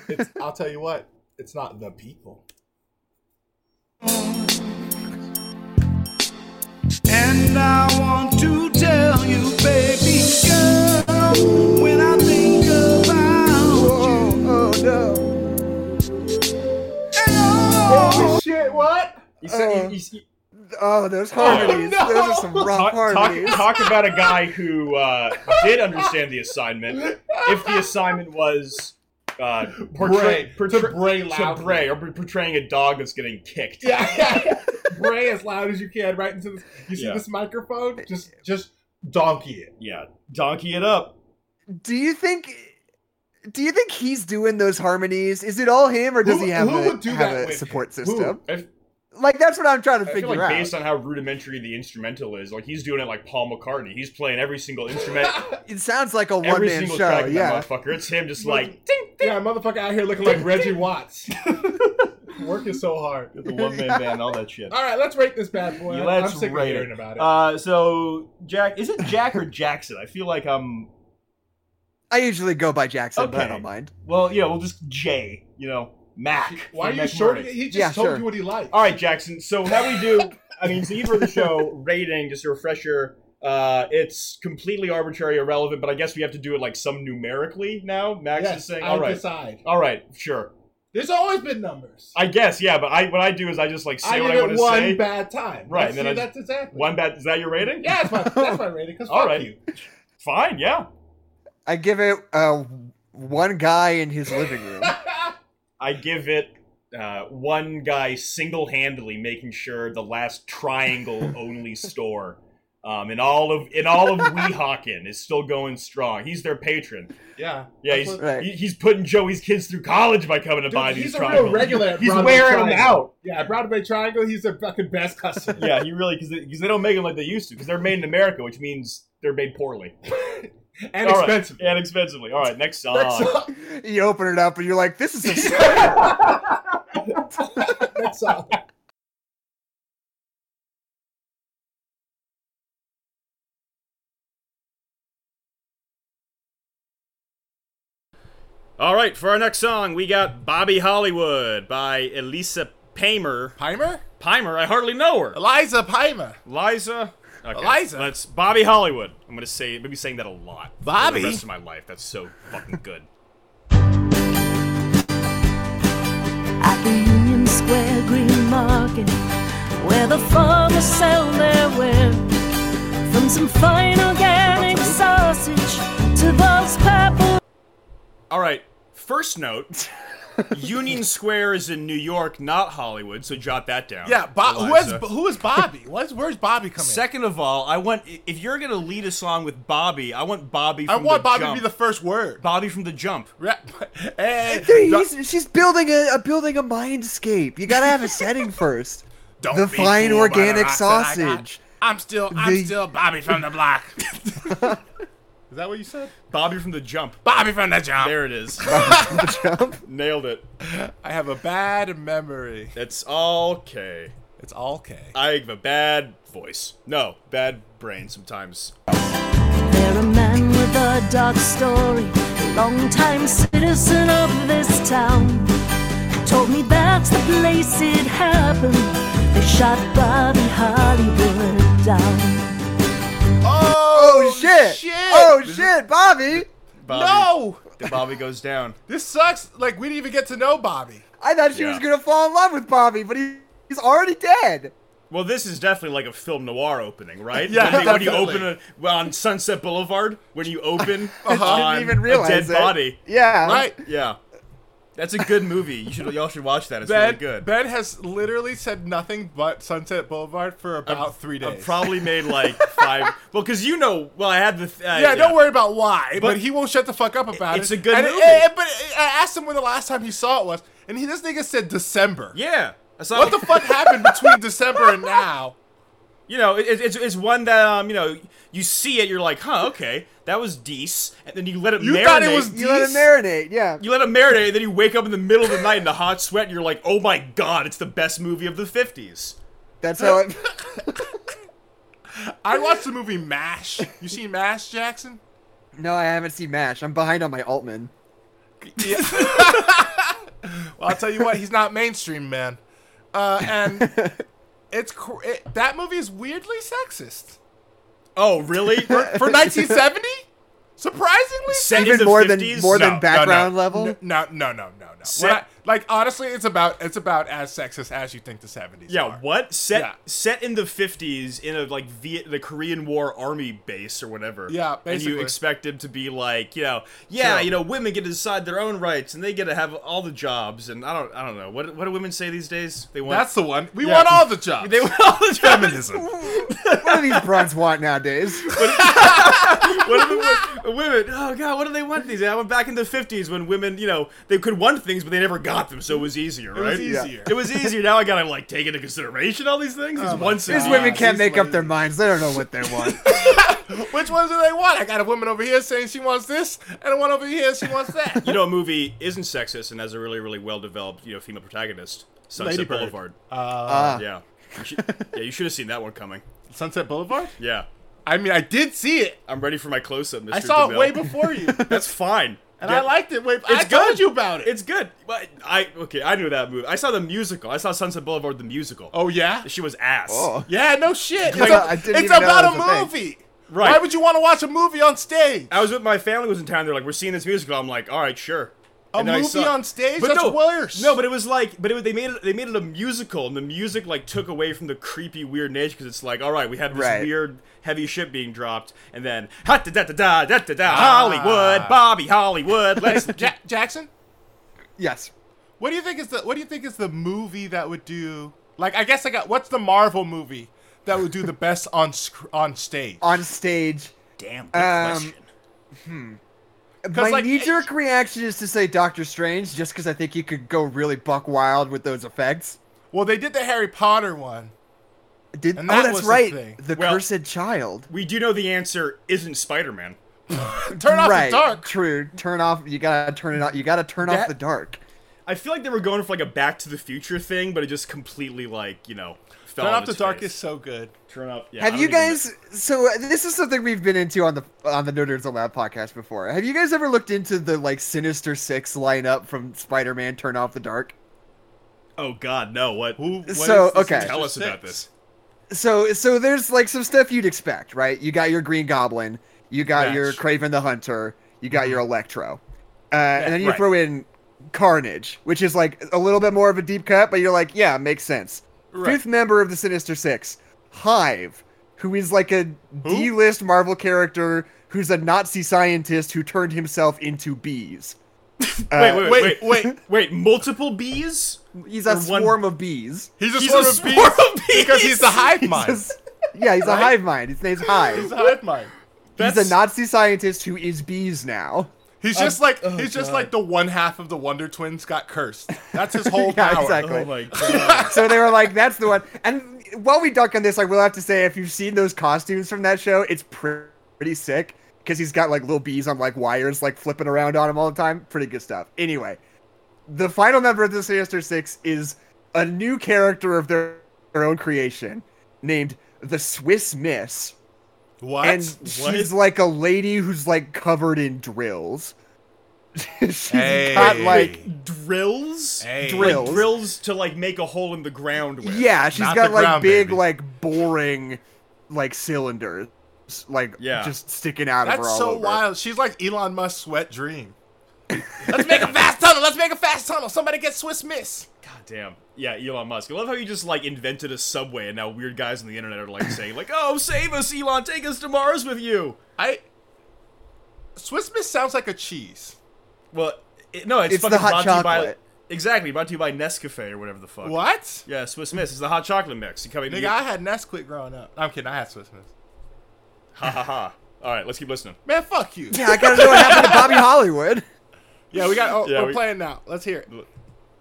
Speaker 2: It's, I'll tell you what. It's not the people.
Speaker 3: <laughs>
Speaker 4: And I want to tell you, baby girl, when I think about you.
Speaker 3: Oh, oh no!
Speaker 4: and all
Speaker 2: Holy Oh, shit! What?
Speaker 1: He said, he-
Speaker 3: Uh,
Speaker 1: he- he-
Speaker 3: Oh, those harmonies.
Speaker 2: no!
Speaker 3: Those are some rough
Speaker 1: talk, talk,
Speaker 3: harmonies.
Speaker 1: talk about a guy who uh, did understand the assignment. If the assignment was uh,
Speaker 5: Bray.
Speaker 1: portray, portray,
Speaker 5: to Bray
Speaker 1: to
Speaker 5: loudly.
Speaker 1: Bray, or portraying a dog that's getting kicked.
Speaker 5: Yeah, yeah, yeah. <laughs> Bray as loud as you can right into this. You see
Speaker 1: Yeah.
Speaker 5: this microphone? Just, just donkey it.
Speaker 1: Yeah, donkey it up.
Speaker 3: Do you think? Do you think he's doing those harmonies? Is it all him, or does
Speaker 5: Who-
Speaker 3: he have
Speaker 5: who
Speaker 3: a,
Speaker 5: would do
Speaker 3: have
Speaker 5: that
Speaker 3: a
Speaker 5: with
Speaker 3: support
Speaker 5: him? Who?
Speaker 3: system?
Speaker 1: I, f-
Speaker 3: Like that's what I'm trying to
Speaker 1: I feel
Speaker 3: figure
Speaker 1: like
Speaker 3: out.
Speaker 1: based on how rudimentary the instrumental is, like he's doing it like Paul McCartney. He's playing every single instrument,
Speaker 3: it sounds like a one
Speaker 1: every
Speaker 3: man
Speaker 1: single
Speaker 3: show.
Speaker 1: track of
Speaker 3: Yeah.
Speaker 1: that motherfucker. It's him
Speaker 5: <laughs>
Speaker 1: just
Speaker 5: Well,
Speaker 1: like ding, ding.
Speaker 5: Yeah, motherfucker out here looking like Reggie <laughs> Watts. Working so hard.
Speaker 1: With the one man band, and all that shit.
Speaker 5: All right, let's rate this bad boy.
Speaker 1: Yeah,
Speaker 5: I'm-
Speaker 1: let's
Speaker 5: I'm sick of
Speaker 1: rate it.
Speaker 5: hearing about it.
Speaker 1: Uh, so Jack, is it Jack or Jackson? I feel like I'm.
Speaker 3: I usually go by Jackson, but I
Speaker 1: Okay.
Speaker 3: don't mind.
Speaker 1: Well, yeah, we'll just J. You know, Mac.
Speaker 5: Why are
Speaker 1: from
Speaker 5: you
Speaker 1: Mac
Speaker 5: shorting
Speaker 1: Murray.
Speaker 5: it? He just
Speaker 3: Yeah,
Speaker 5: told
Speaker 3: sure.
Speaker 5: you what he liked.
Speaker 1: All right, Jackson. So how we do? I mean, so for the show rating, just a refresher. Uh, it's completely arbitrary, irrelevant, but I guess we have to do it like some numerically now. Max
Speaker 5: Yes,
Speaker 1: is saying,
Speaker 5: I
Speaker 1: "All right,
Speaker 5: decide.
Speaker 1: all right, sure."
Speaker 5: There's always been numbers.
Speaker 1: I guess, yeah. But I what I do is I just like say
Speaker 5: I
Speaker 1: what
Speaker 5: did
Speaker 1: I want
Speaker 5: it
Speaker 1: to
Speaker 5: one
Speaker 1: say.
Speaker 5: bad time.
Speaker 1: Right,
Speaker 5: Let's
Speaker 1: then
Speaker 5: see,
Speaker 1: I-
Speaker 5: that's exactly.
Speaker 1: One bad. Is that your rating?
Speaker 5: Yeah, that's my that's my rating. Cause
Speaker 1: All
Speaker 5: fuck
Speaker 1: right.
Speaker 5: you. <laughs>
Speaker 1: Fine. Yeah.
Speaker 3: I give it uh, one guy in his
Speaker 1: <laughs>
Speaker 3: living room.
Speaker 1: I give it uh, one guy single handedly making sure the last <laughs> triangle only store um, in all of in all of Weehawken is still going strong. He's their patron.
Speaker 5: yeah.
Speaker 1: Yeah,
Speaker 5: That's
Speaker 1: he's
Speaker 5: what-
Speaker 3: Right.
Speaker 1: he, he's putting Joey's kids through college by coming to
Speaker 5: Dude,
Speaker 1: buy these
Speaker 5: he's a
Speaker 1: triangles.
Speaker 5: real regular. At
Speaker 1: he's
Speaker 5: Broadway
Speaker 1: wearing
Speaker 5: Triangle.
Speaker 1: them
Speaker 5: <laughs>
Speaker 1: out.
Speaker 5: Yeah, Broadway Triangle. He's the fucking best
Speaker 2: <laughs>
Speaker 5: customer.
Speaker 1: Yeah, he really because because they, don't make them like they used to because they're made in America, which means they're made poorly
Speaker 5: and
Speaker 1: All right.
Speaker 5: expensive.
Speaker 1: and expensively. All right, next song.
Speaker 5: Next song.
Speaker 3: you open it up and you're like, "This is a
Speaker 1: <laughs>
Speaker 5: Next song.
Speaker 1: All right, for our next song, we got Bobby Hollywood by Elisa Paymer.
Speaker 5: Pimer?
Speaker 1: Pimer, I hardly know her.
Speaker 5: Eliza Pimer.
Speaker 1: Liza. Okay.
Speaker 5: Eliza.
Speaker 1: That's Bobby Hollywood. I'm gonna say I'm gonna be saying that a lot.
Speaker 5: Bobby?
Speaker 1: For the rest of my life. That's so fucking good.
Speaker 6: at the Union Square Green Market, where the farmers sell their ware. From some fine organic sausage to those purple
Speaker 1: All right. First <laughs> note. Union Square is in New York, not Hollywood. So jot that down.
Speaker 2: Yeah, Bob, who,
Speaker 1: Eliza.
Speaker 2: has, who is Bobby? Where's, where's Bobby coming?
Speaker 1: Second of all, I want if you're gonna lead a song with Bobby, I want Bobby.
Speaker 2: I
Speaker 1: From
Speaker 2: want
Speaker 1: the
Speaker 2: Bobby
Speaker 1: jump.
Speaker 2: to be the first word.
Speaker 1: Bobby from the jump.
Speaker 2: <laughs> Rap- hey,
Speaker 3: Dude,
Speaker 2: don't-
Speaker 3: he's- she's building a, a building a mindscape. You gotta have a
Speaker 2: <laughs>
Speaker 3: setting first.
Speaker 2: don't
Speaker 3: the
Speaker 2: be
Speaker 3: fine
Speaker 2: fooled by the
Speaker 3: organic
Speaker 2: rocks that I got.
Speaker 3: sausage.
Speaker 2: I'm still, I'm
Speaker 3: The-
Speaker 2: still Bobby from the block. <laughs> is that what you said?
Speaker 1: Bobby from the jump.
Speaker 2: Bobby from the jump.
Speaker 1: There it <laughs> is. Nailed it.
Speaker 2: I have a bad memory.
Speaker 1: It's okay.
Speaker 2: It's all K.
Speaker 1: I have a bad voice. No, bad brain sometimes.
Speaker 6: They're a man with a dark story, a long-time citizen of this town. Told me that's the place it happened. They shot Bobby Hollywood down.
Speaker 3: Oh, shit! Oh shit, Bobby!
Speaker 1: Bobby.
Speaker 2: no!
Speaker 1: The Bobby goes down.
Speaker 2: This sucks. Like we didn't even get to know Bobby.
Speaker 3: I thought she was
Speaker 1: Yeah.
Speaker 3: gonna fall in love with Bobby, but he, he's already dead.
Speaker 1: Well, this is definitely like a film noir opening, right?
Speaker 2: Yeah,
Speaker 1: when, they- when you
Speaker 2: definitely. Uh-huh.
Speaker 1: open a, well, on Sunset Boulevard, when you
Speaker 2: <laughs>
Speaker 1: open
Speaker 3: I
Speaker 1: on
Speaker 3: didn't even realize
Speaker 1: a dead
Speaker 3: it.
Speaker 1: body.
Speaker 3: Yeah.
Speaker 2: Right?
Speaker 1: Yeah, that's a good movie. You should y'all should watch that. It's
Speaker 2: Ben,
Speaker 1: really good.
Speaker 2: ben has literally said nothing but Sunset Boulevard for about three days.
Speaker 1: I've probably made like
Speaker 2: <laughs>
Speaker 1: five. well, because you know, well, I had the. Th- uh,
Speaker 2: yeah, don't worry about why, but,
Speaker 1: But-
Speaker 2: he won't shut the fuck up about it.
Speaker 1: It's a good
Speaker 2: and,
Speaker 1: movie.
Speaker 2: and- but eh, I asked him when the last time he saw it was, and he this nigga said December.
Speaker 1: Yeah. I saw
Speaker 2: What the fuck
Speaker 1: <laughs>
Speaker 2: happened between December and now?
Speaker 1: You know, it, it's it's one that um, you know, you see it, you're like, huh, okay, that was dece, and then you let it
Speaker 2: You
Speaker 1: marinate.
Speaker 2: thought it was
Speaker 3: You let
Speaker 2: Dece?
Speaker 3: him marinate, yeah.
Speaker 1: You let it marinate, and then you wake up in the middle of the night in a hot sweat, and you're like, oh my god, it's the best movie of the '50s.
Speaker 3: That's how it
Speaker 2: I watched the movie MASH. You seen MASH, Jackson?
Speaker 3: <laughs> No, I haven't seen MASH. I'm behind on my Altman.
Speaker 2: Well, I'll tell you what, he's not mainstream, man. Uh,
Speaker 1: <laughs>
Speaker 2: and it's cr- it, that movie is weirdly sexist
Speaker 1: Oh, <laughs> really?
Speaker 2: for 1970.
Speaker 1: <laughs>
Speaker 2: Surprisingly,
Speaker 1: Set
Speaker 2: sexist.
Speaker 1: in
Speaker 3: Even
Speaker 1: the
Speaker 3: more than
Speaker 1: 50s?
Speaker 3: more
Speaker 2: No,
Speaker 3: than
Speaker 2: no,
Speaker 3: background level.
Speaker 2: No, no, no, no, no. no.
Speaker 1: Set-
Speaker 2: When I- Like honestly, it's about it's about as sexist as you think the seventies.
Speaker 1: Yeah,
Speaker 2: are.
Speaker 1: what set
Speaker 2: Yeah.
Speaker 1: set in the fifties in a like Viet the Korean War army base or whatever.
Speaker 2: Yeah,
Speaker 1: And
Speaker 2: basically.
Speaker 1: you expect him to be like, you know, yeah,
Speaker 2: Sure.
Speaker 1: you know, women get to decide their own rights and they get to have all the jobs and I don't I don't know what what do women say these days? They want
Speaker 2: That's the one. We
Speaker 1: Yeah.
Speaker 2: want all the
Speaker 1: <laughs>
Speaker 2: jobs.
Speaker 1: they want all the jobs.
Speaker 2: feminism.
Speaker 3: <laughs> What do these broads want
Speaker 2: <laughs>
Speaker 3: nowadays?
Speaker 1: what do the wo- women? Oh god, what do they want these? days? I went back in the fifties when women, you know, they could want things but they never got them, so it was easier,
Speaker 2: It
Speaker 1: right?
Speaker 2: was
Speaker 3: Yeah.
Speaker 2: easier.
Speaker 1: It was easier. Now I gotta like take into consideration all these things.
Speaker 2: Oh,
Speaker 1: These one
Speaker 3: These
Speaker 1: sixties.
Speaker 2: uh,
Speaker 3: women can't make up their minds. They don't know what they
Speaker 2: <laughs>
Speaker 3: want.
Speaker 2: <laughs> Which ones do they want? I got a woman over here saying she wants this, and a one over here she
Speaker 1: <laughs>
Speaker 2: wants that.
Speaker 1: you know, a movie isn't sexist and has a really, really well developed, you know, female protagonist. Sunset
Speaker 2: Lady Bird.
Speaker 1: Boulevard.
Speaker 3: Ah.
Speaker 1: yeah. You should, yeah, you should have seen that one coming.
Speaker 2: Sunset Boulevard.
Speaker 1: Yeah.
Speaker 2: I mean, I did see it.
Speaker 1: I'm ready for my close up, Mr.
Speaker 2: I saw it
Speaker 1: DeVille.
Speaker 2: way before you, and
Speaker 1: <laughs> That's fine. And
Speaker 2: I liked it. Way I told you about it.
Speaker 1: It's good. But I okay, I knew that movie. I saw the musical. I saw Sunset Boulevard the musical.
Speaker 2: oh yeah,
Speaker 1: She was ass.
Speaker 3: Oh.
Speaker 2: yeah. No shit. It's,
Speaker 3: Like,
Speaker 2: a-
Speaker 3: I didn't
Speaker 2: it's
Speaker 3: even know
Speaker 2: about
Speaker 3: that was
Speaker 2: a
Speaker 3: a thing.
Speaker 2: movie.
Speaker 1: Right.
Speaker 2: Why would you want to watch a movie on stage?
Speaker 1: I was with my family was in town. They're like, "We're seeing this musical." I'm like, "All right, sure."
Speaker 2: A
Speaker 1: And then I
Speaker 2: movie
Speaker 1: saw-
Speaker 2: on stage?
Speaker 1: But
Speaker 2: That's
Speaker 1: no,
Speaker 2: worse.
Speaker 1: No, but it was like, but it was, they made it. They made it a musical, and the music like took away from the creepy, weird nature because it's like, all right, we have this
Speaker 3: Right.
Speaker 1: weird, heavy shit being dropped, and then ha da da da da da da
Speaker 2: Ah.
Speaker 1: da Hollywood, Bobby Hollywood. Let's
Speaker 2: <laughs> Ja- Jackson,
Speaker 3: Yes.
Speaker 2: what do you think is the what do you think is the movie that would do? Like, I guess I got what's the Marvel movie that would do the best on sc- on stage?
Speaker 3: On stage.
Speaker 1: damn good
Speaker 3: Um, hmm.
Speaker 1: question.
Speaker 3: My
Speaker 2: like,
Speaker 3: knee jerk reaction is to say Doctor Strange just because I think you could go really buck wild with those effects.
Speaker 2: Well, they did the Harry Potter one.
Speaker 3: Did, oh,
Speaker 2: And that
Speaker 3: that's
Speaker 2: was the
Speaker 3: right.
Speaker 2: thing.
Speaker 3: The
Speaker 1: Well-
Speaker 3: cursed child.
Speaker 1: <laughs> We do know the answer isn't Spider-Man.
Speaker 2: Turn off
Speaker 3: right.
Speaker 2: the dark.
Speaker 3: True. Turn off. You gotta turn it off. You gotta turn
Speaker 1: That-
Speaker 3: off the dark.
Speaker 1: I feel like they were going for like a Back to the Future thing, but it just completely like you know fell
Speaker 2: Turn
Speaker 1: on
Speaker 2: off the
Speaker 1: its
Speaker 2: dark
Speaker 1: face.
Speaker 2: is so good.
Speaker 1: Turn up. Yeah, I
Speaker 3: Have
Speaker 1: don't
Speaker 3: you
Speaker 1: even-
Speaker 3: guys? So uh, this is something we've been into on the on the No Nerds Allowed podcast before. Have you guys ever looked into the like Sinister Six lineup from Spider-Man: Turn Off the Dark?
Speaker 1: Oh God, no! What? Who?
Speaker 2: What
Speaker 3: So,
Speaker 2: is this,
Speaker 3: okay.
Speaker 1: Tell us
Speaker 2: Sinister
Speaker 1: about
Speaker 2: Six?
Speaker 1: this.
Speaker 3: So so there's like some stuff you'd expect, right? You got your Green Goblin, you got
Speaker 1: Yes.
Speaker 3: your Craven the Hunter, you got your Electro, uh, and then you
Speaker 1: Mm-hmm. right.
Speaker 3: throw in Carnage, which is like a little bit more of a deep cut, but you're like, yeah, makes sense. Fifth member of the Sinister Six, Hive, who is like a D-list Marvel character who's a Nazi scientist who turned himself
Speaker 1: <laughs>
Speaker 3: into bees. Uh,
Speaker 1: Wait, wait, wait,
Speaker 2: Uh, Wait,
Speaker 1: wait,
Speaker 2: wait.
Speaker 1: <laughs> wait! Multiple bees?
Speaker 3: He's a
Speaker 1: Or one-
Speaker 3: swarm of bees.
Speaker 2: He's a
Speaker 1: He's
Speaker 2: sort
Speaker 1: a
Speaker 2: of beast
Speaker 1: swarm of bees.
Speaker 2: <laughs> because he's the hive mind. He's
Speaker 3: Just- yeah, he's a hive mind. His name's Hive.
Speaker 2: a hive mind.
Speaker 1: That's-
Speaker 3: He's a Nazi scientist who is bees now.
Speaker 2: He's just like
Speaker 3: oh,
Speaker 2: he's just like the one half of the Wonder Twins got cursed. That's
Speaker 3: <laughs>
Speaker 2: his whole
Speaker 3: Yeah,
Speaker 2: power.
Speaker 3: exactly.
Speaker 1: Oh
Speaker 3: <laughs>
Speaker 1: my god!
Speaker 3: So they were like, "That's the one." And while we duck on this, I will have to say, if you've seen those costumes from that show, it's pre- pretty sick because he's got like little bees on like wires, like flipping around on him all the time. Pretty good stuff. Anyway, the final member of the Sinister Six is a new character of their, their own creation named the Swiss Miss,
Speaker 2: What?
Speaker 3: and she's like a lady who's like covered in drills. <laughs> she's got like
Speaker 1: drills?
Speaker 2: Hey.
Speaker 1: Like,
Speaker 3: Drills.
Speaker 1: drills to like make a hole in the ground with.
Speaker 3: Yeah, she's
Speaker 2: Not
Speaker 3: got
Speaker 2: the
Speaker 3: like
Speaker 2: ground,
Speaker 3: big,
Speaker 2: baby.
Speaker 3: like boring, like cylinders, like
Speaker 1: Yeah.
Speaker 3: just sticking out of her.
Speaker 2: That's
Speaker 3: all
Speaker 2: so
Speaker 3: over.
Speaker 2: wild. She's like Elon Musk's wet dream. Let's make a fast tunnel. Let's make a fast tunnel. Somebody get Swiss Miss.
Speaker 1: God damn. Yeah, Elon Musk. I love how you just like invented a subway and now weird guys on the internet are like saying like, "Oh, save us, Elon. Take us to Mars with you."
Speaker 2: I Swiss Miss sounds like a cheese.
Speaker 1: Well, it, no, it's,
Speaker 3: It's the
Speaker 1: fucking
Speaker 3: hot
Speaker 1: brought to you by
Speaker 3: chocolate.
Speaker 1: Exactly, brought to you by Nescafe or whatever the fuck.
Speaker 2: What?
Speaker 1: Yeah, Swiss Miss is the hot chocolate mix. You coming
Speaker 2: Nigga, I had Nesquik growing up. I'm kidding. I had Swiss Miss.
Speaker 1: Ha ha ha. All right, let's keep listening.
Speaker 2: Man, fuck you.
Speaker 3: Yeah, I gotta know what happened to Bobby Hollywood.
Speaker 2: Yeah, we got. Oh,
Speaker 1: Yeah,
Speaker 2: we're
Speaker 1: we-
Speaker 2: playing now. Let's hear it.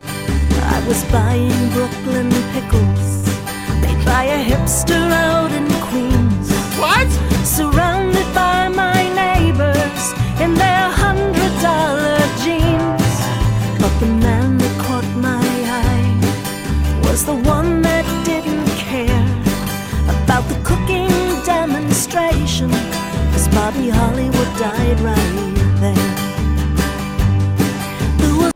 Speaker 6: I was buying Brooklyn pickles. They buy a hipster out in Queens.
Speaker 2: What?
Speaker 6: Surrounded by my neighbors in their hundred dollar jeans. But the man that caught my eye was the one that didn't care about the cooking demonstration. 'Cause Bobby Hollywood died right there. There was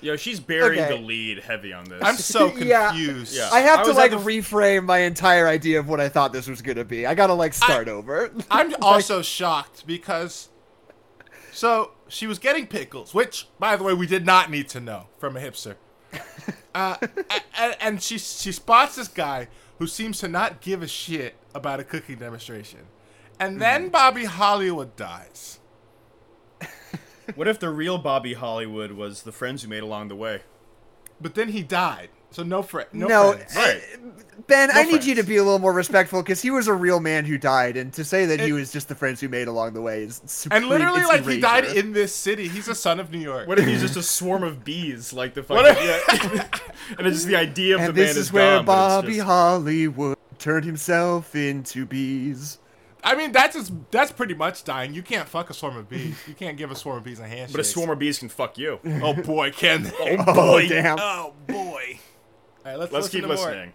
Speaker 1: Yo, she's burying
Speaker 3: Okay.
Speaker 1: the lead heavy on this.
Speaker 2: I'm <laughs> so
Speaker 3: <laughs> Yeah.
Speaker 2: confused.
Speaker 1: Yeah.
Speaker 3: I have to
Speaker 1: was
Speaker 3: like
Speaker 1: at the-
Speaker 3: reframe my entire idea of what I
Speaker 2: <laughs>
Speaker 3: thought this was gonna be. I gotta <laughs> like start over.
Speaker 2: I'm also shocked because So she was getting pickles, which, by the way, we did not need to know from a
Speaker 3: <laughs>
Speaker 2: hipster. Uh, and, and she she spots this guy who seems to not give a shit about a cooking demonstration,
Speaker 3: Mm-hmm.
Speaker 2: and then Bobby Hollywood dies.
Speaker 1: What if the real Bobby Hollywood was the friends you made along the way?
Speaker 2: But then he died, so no friend. No,
Speaker 3: No,
Speaker 2: friends.
Speaker 3: I- Ben, I need you to
Speaker 2: friends.
Speaker 3: be a little more respectful because he was a real man who died, and to say that he
Speaker 2: It-
Speaker 3: was just the friends he made along the way is supreme,
Speaker 2: And literally,
Speaker 3: it's
Speaker 2: like he died
Speaker 3: erasure.
Speaker 2: in this city. He's a son of New York.
Speaker 1: What if he's just a swarm of bees, like the
Speaker 2: What
Speaker 1: fucking? yeah. <laughs> and it's just the idea of
Speaker 3: And
Speaker 1: the
Speaker 3: this
Speaker 1: man
Speaker 3: is where
Speaker 1: gone, but
Speaker 3: Bobby
Speaker 1: it's just-
Speaker 3: Hollywood turned himself into bees.
Speaker 2: I mean, that's as that's pretty much dying. You can't fuck a swarm of bees. You can't give a swarm of bees a handshake.
Speaker 1: But a swarm of bees can fuck you. Let's,
Speaker 2: Oh boy, can they? Oh,
Speaker 3: Oh, damn.
Speaker 2: Oh boy. All right, let's, listen
Speaker 1: keep
Speaker 2: to more.
Speaker 1: listening.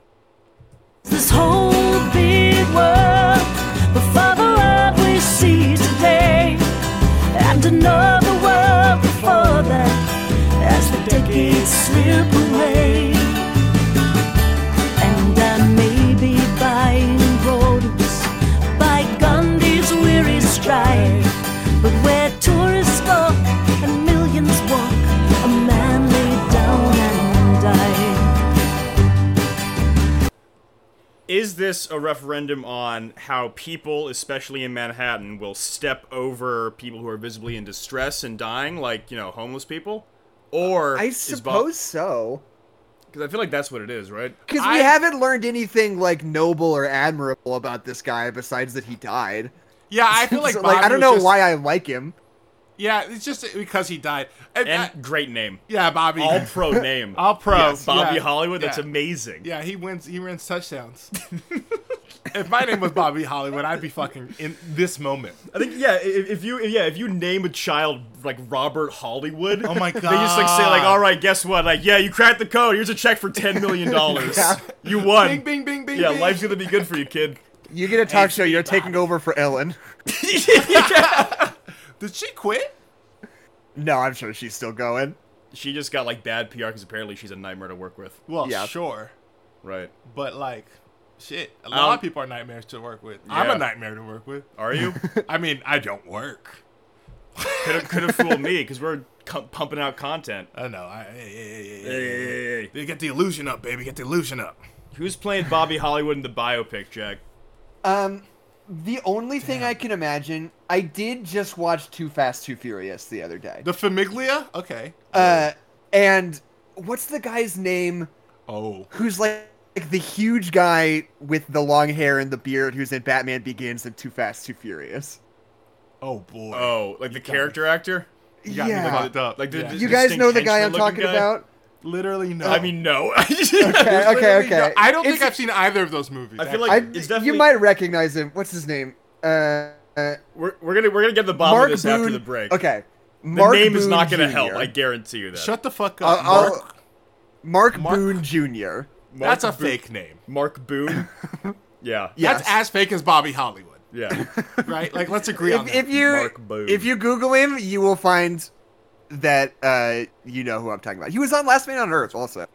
Speaker 6: This whole big world before the world we see today, and another world before that as the decades slip away. And I may be buying produce by Gandhi's weary stride, but where tourists go and millions walk, a man lay down and died.
Speaker 1: Is this a referendum on how people, especially in Manhattan, will step over people who are visibly in distress and dying, like you know, homeless people? Or
Speaker 3: I suppose so.
Speaker 1: because I feel like that's what it is, right?
Speaker 3: Because
Speaker 2: I-
Speaker 3: we haven't learned anything like noble or admirable about this guy besides that he died.
Speaker 2: Yeah, I
Speaker 3: <laughs>
Speaker 2: feel like,
Speaker 3: So, like
Speaker 2: Bobby
Speaker 3: I don't
Speaker 2: was
Speaker 3: know
Speaker 2: just-
Speaker 3: why I like him.
Speaker 2: Yeah, it's just because he died. And,
Speaker 1: And
Speaker 2: I-
Speaker 1: great
Speaker 2: <laughs>
Speaker 1: name,
Speaker 2: yeah, Bobby.
Speaker 1: all pro name,
Speaker 2: All pro,
Speaker 1: Yes, Bobby
Speaker 2: yeah,
Speaker 1: Hollywood. That's
Speaker 2: yeah.
Speaker 1: amazing.
Speaker 2: yeah, he wins. He
Speaker 1: <laughs>
Speaker 2: wins touchdowns. if my name was Bobby Hollywood, I'd be fucking in this moment.
Speaker 1: I think yeah. i- If, if you yeah, if you name a child like Robert Hollywood,
Speaker 2: Oh
Speaker 1: <laughs>
Speaker 2: my
Speaker 1: they just like say like,
Speaker 2: God.
Speaker 1: all right, guess what? Like yeah, you cracked the code. Here's a check for ten million
Speaker 2: <laughs>
Speaker 1: dollars. You won.
Speaker 2: Bing, bing, bing, bing.
Speaker 1: yeah,
Speaker 2: bing.
Speaker 1: life's gonna be good for you, kid.
Speaker 3: You get a talk show, you're taking over for Ellen.
Speaker 2: Did she quit?
Speaker 3: No, I'm sure she's still going.
Speaker 1: She just got like bad PR because apparently she's a nightmare to work with.
Speaker 2: Well,
Speaker 3: Yeah.
Speaker 2: sure,
Speaker 1: Right?
Speaker 2: but like, shit. A
Speaker 1: Um,
Speaker 2: lot of people are nightmares to work with. I'm
Speaker 1: yeah.
Speaker 2: a nightmare to work with.
Speaker 1: Are <laughs> you?
Speaker 2: I mean,
Speaker 1: <laughs>
Speaker 2: I don't work.
Speaker 1: could have could have fooled me because we're cu- pumping out content.
Speaker 2: I don't know. I, hey, hey, hey,
Speaker 1: Hey,
Speaker 2: hey, hey.
Speaker 1: hey, hey, hey.
Speaker 2: They Get the illusion up, baby. Get the illusion up.
Speaker 1: Who's playing Bobby Hollywood in the biopic, Jack?
Speaker 3: Um, the only thing I can imagine, I did just watch Too Fast, Too Furious the other day.
Speaker 2: The Famiglia? Okay.
Speaker 3: Uh, and what's the guy's name
Speaker 2: Oh.
Speaker 3: who's like, like the huge guy with the long hair and the beard who's in Batman Begins and Too Fast, Too Furious?
Speaker 2: Oh, boy.
Speaker 1: Oh, like the character actor?
Speaker 2: You got me fucked up.
Speaker 1: Like, the-
Speaker 2: Yeah.
Speaker 1: the-
Speaker 3: You guys know the
Speaker 1: distinct
Speaker 3: guy I'm
Speaker 1: henchman-looking
Speaker 3: talking
Speaker 1: guy?
Speaker 3: about? Oh.
Speaker 2: Literally, no.
Speaker 1: I mean, no. <laughs>
Speaker 3: Okay, okay,
Speaker 2: Literally, no.
Speaker 3: okay.
Speaker 2: I don't think
Speaker 3: It's-
Speaker 2: I've seen either of those movies.
Speaker 1: I feel like
Speaker 3: I,
Speaker 1: it's definitely
Speaker 3: you might recognize him. What's his name? Uh, uh,
Speaker 1: We're, we're gonna we're gonna get to the bottom
Speaker 3: Mark
Speaker 1: of this
Speaker 3: Boone.
Speaker 1: after the break.
Speaker 3: Okay.
Speaker 1: The
Speaker 3: Mark
Speaker 1: name is
Speaker 3: Boone
Speaker 1: not gonna
Speaker 3: Jr..
Speaker 1: help. I guarantee you that.
Speaker 2: Shut the fuck
Speaker 3: I'll-
Speaker 2: up.
Speaker 3: I'll-
Speaker 2: Mark.
Speaker 3: Mark,
Speaker 2: Mark-
Speaker 3: Boone Jr.
Speaker 1: Mark
Speaker 2: That's a
Speaker 1: Boone-
Speaker 2: fake name.
Speaker 1: Mark Boone.
Speaker 3: <laughs>
Speaker 1: yeah.
Speaker 3: Yeah.
Speaker 2: That's as fake as Bobby Hollywood,
Speaker 1: Yeah.
Speaker 2: right? Like, let's agree on
Speaker 3: <laughs> If,
Speaker 2: that.
Speaker 3: if you
Speaker 1: Mark Boone.
Speaker 3: if you Google him, you will find that uh, you know who I'm talking about. He was on Last Man on Earth, also.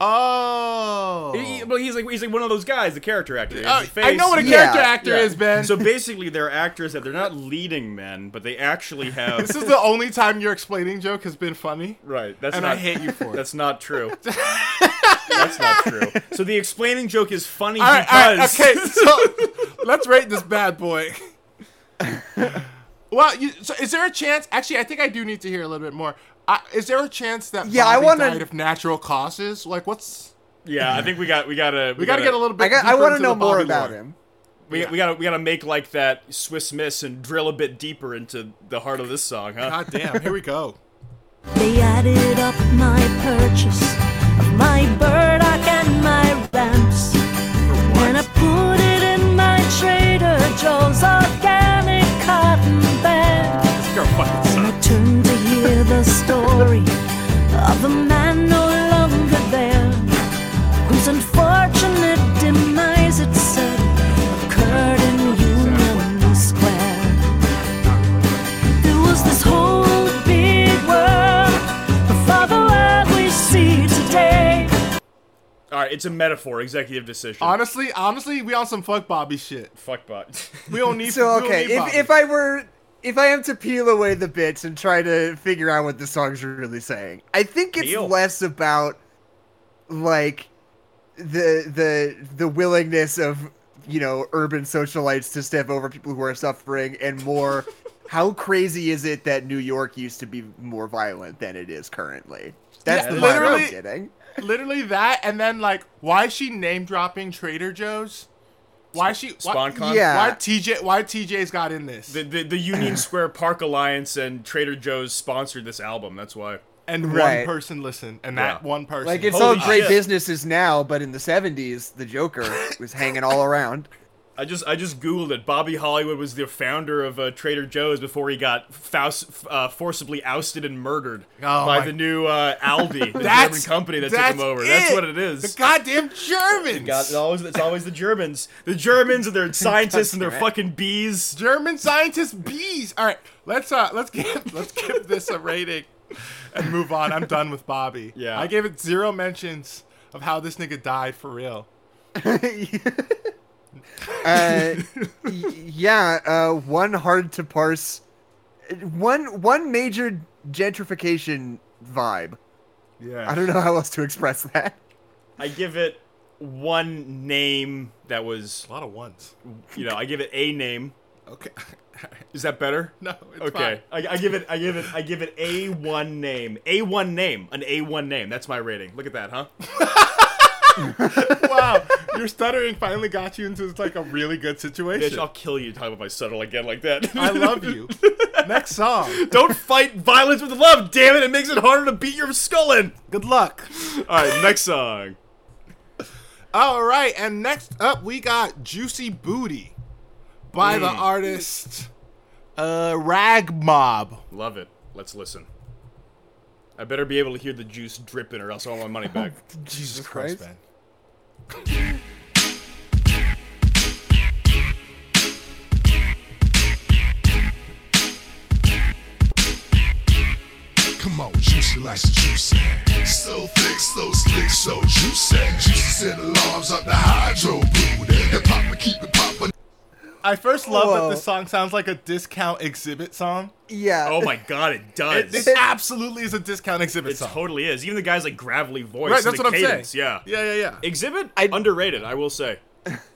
Speaker 2: oh.
Speaker 1: He- he- but he's like he's like one of those guys, the character actor. He has
Speaker 2: Oh,
Speaker 1: a
Speaker 2: I know
Speaker 1: face.
Speaker 2: what a
Speaker 3: Yeah.
Speaker 2: character actor
Speaker 1: Yeah.
Speaker 2: is, Ben.
Speaker 1: So basically, they're actors that they're not leading men, but they
Speaker 2: <laughs>
Speaker 1: actually have.
Speaker 2: this is the only time your explaining joke has been funny.
Speaker 1: right. That's
Speaker 2: And
Speaker 1: not,
Speaker 2: I hate you for it.
Speaker 1: That's not
Speaker 2: <laughs>
Speaker 1: true. that's not true. So the explaining joke is funny
Speaker 2: All right, all right,
Speaker 1: because
Speaker 2: okay, so <laughs> let's rate this bad <laughs> boy. well, you, so is there a chance? Actually, I think I do need to hear a little bit more. Uh, is there a chance that
Speaker 3: Yeah, I
Speaker 2: Bobby
Speaker 3: wanna-
Speaker 2: died of natural causes? Like, what's
Speaker 1: yeah, I think we got we gotta
Speaker 2: we, got to get a little bit.
Speaker 3: I got, I
Speaker 2: deeper
Speaker 3: want to
Speaker 2: into
Speaker 3: know
Speaker 2: the
Speaker 3: more
Speaker 2: Bobby
Speaker 3: about
Speaker 2: lore.
Speaker 3: him.
Speaker 1: We, we gotta we gotta make like that Swiss Miss and drill a bit deeper into the heart of this song, huh?
Speaker 2: God damn! Here we <laughs> go.
Speaker 6: They added up my purchase of my burdock and my ramps. Then I put it in my Trader Joe's organic cotton bag.
Speaker 1: Girl, fucking suck.
Speaker 6: And I turned to hear the story of a man no longer there, whose unfortunate demise, it said, occurred in Union Square. There was this whole big world before the world we see today.
Speaker 1: All right, it's a metaphor, executive decision.
Speaker 2: Honestly, honestly, we on some fuck Bobby shit.
Speaker 1: Fuck bot. <laughs>
Speaker 2: We don't need.
Speaker 3: So
Speaker 2: we don't
Speaker 3: okay,
Speaker 2: need Bobby.
Speaker 3: if, if I were if I am to peel away the bits and try to figure out what the song's really saying, I think it's
Speaker 1: Peel.
Speaker 3: less about like the the the willingness of you know urban socialites to step over people who are suffering,
Speaker 1: <laughs>
Speaker 3: and more how crazy is it that New York used to be more violent than it is currently. That's
Speaker 2: Yeah,
Speaker 3: the vibe I'm
Speaker 2: literally-
Speaker 3: getting.
Speaker 2: Literally that, and then like, why is she name dropping Trader Joe's? Why is she? Why,
Speaker 1: SponCon.
Speaker 3: Yeah.
Speaker 2: why TJ? Why TJ's got in this?
Speaker 1: The, the, the Union Square Park Alliance and Trader Joe's sponsored this album. That's why.
Speaker 2: and
Speaker 3: Right.
Speaker 2: one person listened, and
Speaker 1: Yeah.
Speaker 2: that one person. Oh,
Speaker 3: Like it's
Speaker 1: Holy
Speaker 3: all great
Speaker 1: shit.
Speaker 3: businesses now, but in the '70s, the Joker was hanging all around.
Speaker 1: I just I just googled it. Bobby Hollywood was the founder of uh, Trader Joe's before he got faus- uh, forcibly ousted and murdered
Speaker 2: Oh
Speaker 1: by
Speaker 2: my-
Speaker 1: the new uh,
Speaker 2: <laughs>
Speaker 1: Aldi, the German
Speaker 2: That's-
Speaker 1: company that took
Speaker 2: that's
Speaker 1: him over. That's
Speaker 2: it.
Speaker 1: what it is.
Speaker 2: The goddamn Germans.
Speaker 1: God, it's always it's always the Germans. The Germans
Speaker 2: <laughs>
Speaker 1: and their scientists and their
Speaker 3: damn it.
Speaker 1: fucking bees.
Speaker 2: German scientist bees. All right, let's uh, let's give <laughs> let's give this a rating and move on. I'm done with Bobby.
Speaker 1: Yeah.
Speaker 2: I gave it zero mentions of how this nigga died for real.
Speaker 3: <laughs> uh, y- yeah, uh, one hard to parse, one one major gentrification vibe.
Speaker 2: Yeah.
Speaker 3: I don't know how else to express that.
Speaker 1: I give it one name that was
Speaker 2: a lot of ones.
Speaker 1: you know I give it a name.
Speaker 2: Okay.
Speaker 1: Is that better?
Speaker 2: <laughs> no. It's
Speaker 1: Okay, I, I give it, I give it, I give it a one name, a one name, an a one name. That's my rating. Look at that,
Speaker 2: <laughs>
Speaker 1: huh?
Speaker 2: Fine. <laughs> Wow. Your stuttering finally got you into like a really good
Speaker 1: Bitch,
Speaker 2: situation.
Speaker 1: I'll kill you talking about my subtle again like that. <laughs>
Speaker 2: <laughs> I love <laughs> you. Next song.
Speaker 1: Don't fight violence with love, damn it! It makes it harder to beat your skull in.
Speaker 2: Good luck.
Speaker 1: All right, next song.
Speaker 2: All right, and next up we got "Juicy Booty" by
Speaker 3: Mm.
Speaker 2: the artist uh, Rag Mob.
Speaker 1: Love it. Let's listen. I better be able to hear the juice dripping, or else I want my money
Speaker 2: <laughs>
Speaker 1: back.
Speaker 2: Jesus
Speaker 3: Christ.
Speaker 2: man.
Speaker 7: Come on, juicy like some juicy. So thick, so slick, so juicy. Juicy set alarms up the hydro booty. Hip hop will keep it poppin'.
Speaker 2: I first love
Speaker 3: Whoa.
Speaker 2: that this song sounds like a discount exhibit song.
Speaker 3: Yeah.
Speaker 1: Oh my god, it
Speaker 2: It,
Speaker 1: does.
Speaker 2: this
Speaker 1: It,
Speaker 2: absolutely is a discount exhibit song.
Speaker 1: totally is. Even the guy's like gravelly voice.
Speaker 2: right,
Speaker 1: and
Speaker 2: that's
Speaker 1: the
Speaker 2: what
Speaker 1: cadence.
Speaker 2: I'm saying.
Speaker 1: Yeah.
Speaker 2: yeah, yeah, yeah.
Speaker 1: Exhibit
Speaker 3: I-
Speaker 1: underrated, I will say.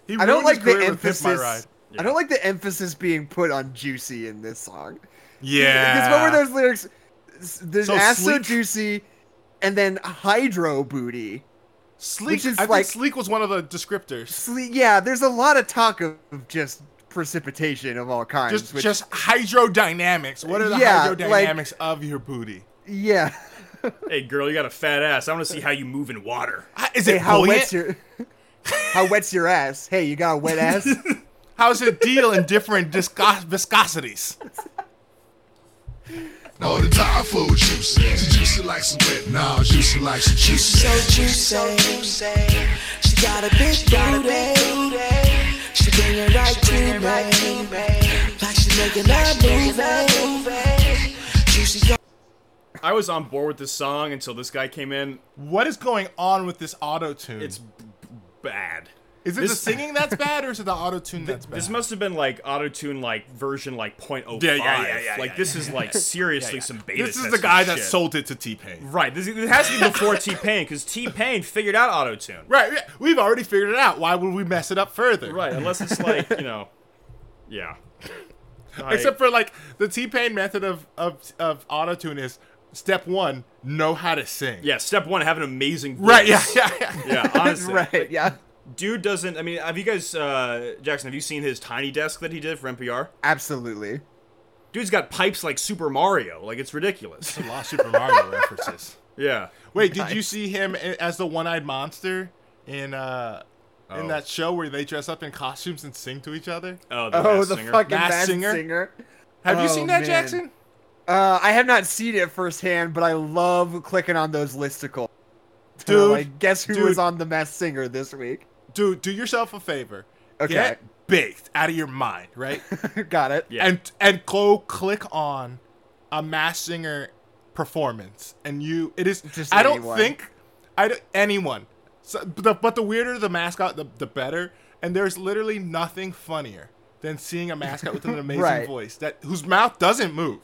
Speaker 2: He
Speaker 3: I don't
Speaker 2: ruined his
Speaker 3: like the
Speaker 2: career with Pimp
Speaker 3: emphasis.
Speaker 2: My Ride.
Speaker 3: I don't like the emphasis being put on juicy in this song. Because
Speaker 2: Yeah.
Speaker 3: what were those lyrics? S- There's
Speaker 2: So
Speaker 3: ass so
Speaker 2: sleek.
Speaker 3: juicy, and then hydro booty.
Speaker 2: Sleek.
Speaker 3: Which is
Speaker 2: I
Speaker 3: like-
Speaker 2: think sleek was one of the descriptors.
Speaker 3: Sle- yeah, there's a lot of talk of, of just precipitation of all kinds.
Speaker 2: Just,
Speaker 3: which,
Speaker 2: just hydrodynamics. What are the
Speaker 3: Yeah, like-
Speaker 2: hydrodynamics of your booty?
Speaker 3: yeah.
Speaker 1: Hey girl, you got a fat ass. I want to see how you move in water.
Speaker 2: Ah, Is
Speaker 3: Hey,
Speaker 2: it
Speaker 3: how
Speaker 2: buoyant?
Speaker 3: wet's your <laughs> how wet's your ass? Hey, you got a
Speaker 2: <laughs>
Speaker 3: wet ass?
Speaker 2: How's it deal in different disco- viscosities?
Speaker 7: All the time for juicy. She juicy like some wet. Now juicy like some juicy.
Speaker 8: so juicy. She got a big booty. She bring it right to me, like she making that movie. Juicy.
Speaker 1: I was on board with this song until this guy came in.
Speaker 2: What is going on with this auto tune?
Speaker 1: It's b- b- bad.
Speaker 2: Is it the
Speaker 1: this-
Speaker 2: singing that's bad or is it the auto tune that's bad?
Speaker 1: This must have been like autotune like version like 0.05.
Speaker 2: Yeah, yeah, yeah, yeah,
Speaker 1: like
Speaker 2: yeah,
Speaker 1: this is like seriously some beta.
Speaker 2: This is the
Speaker 1: testing
Speaker 2: guy that
Speaker 1: shit.
Speaker 2: sold it to T Pain.
Speaker 1: Right. This, this has to be
Speaker 2: <laughs>
Speaker 1: before T Pain because T Pain figured out autotune.
Speaker 2: Right, yeah, we've already figured it out. Why would we mess it up further?
Speaker 1: Right. Unless it's like you know, yeah. I-
Speaker 2: <laughs> Except for like the T Pain method of of of auto tune is step one, know how to sing.
Speaker 1: yeah, step one, have an amazing. Voice.
Speaker 2: Right. Yeah. Yeah. Yeah.
Speaker 1: Yeah.
Speaker 2: <laughs>
Speaker 1: Honestly.
Speaker 3: right, yeah.
Speaker 1: Dude doesn't. I mean, have you guys, uh, Jackson? Have you seen his tiny desk that he did for NPR?
Speaker 3: Absolutely.
Speaker 1: Dude's got pipes like Super Mario. Like it's <laughs> ridiculous.
Speaker 2: The Lost Super Mario references.
Speaker 1: Yeah.
Speaker 2: Wait, did you see him a- as the one-eyed monster in uh in that show where they dress up in costumes and sing to each other?
Speaker 1: Oh, the,
Speaker 3: Oh,
Speaker 1: Masked
Speaker 3: the
Speaker 1: singer.
Speaker 3: fucking
Speaker 2: Masked
Speaker 3: Masked
Speaker 2: Singer?
Speaker 3: singer.
Speaker 2: Have you
Speaker 3: Oh,
Speaker 2: seen that,
Speaker 3: man.
Speaker 2: Jackson?
Speaker 3: Uh, I have not seen it firsthand, but I love clicking on those listicles. To,
Speaker 2: Dude,
Speaker 3: like, guess who was
Speaker 2: dude.
Speaker 3: on the Masked Singer this week? <laughs>
Speaker 2: Dude, do yourself a favor.
Speaker 3: Okay.
Speaker 2: Get baked out of your mind, right?
Speaker 3: got it.
Speaker 1: Yeah.
Speaker 2: And and go click on a mass singer performance, and you it is.
Speaker 3: Just
Speaker 2: I don't
Speaker 3: anyone.
Speaker 2: think I don't, anyone. So, but, the, but the weirder the mascot, the the better. And there's literally nothing funnier than seeing a mascot with
Speaker 3: <laughs>
Speaker 2: an amazing
Speaker 3: Right.
Speaker 2: voice that whose mouth doesn't move,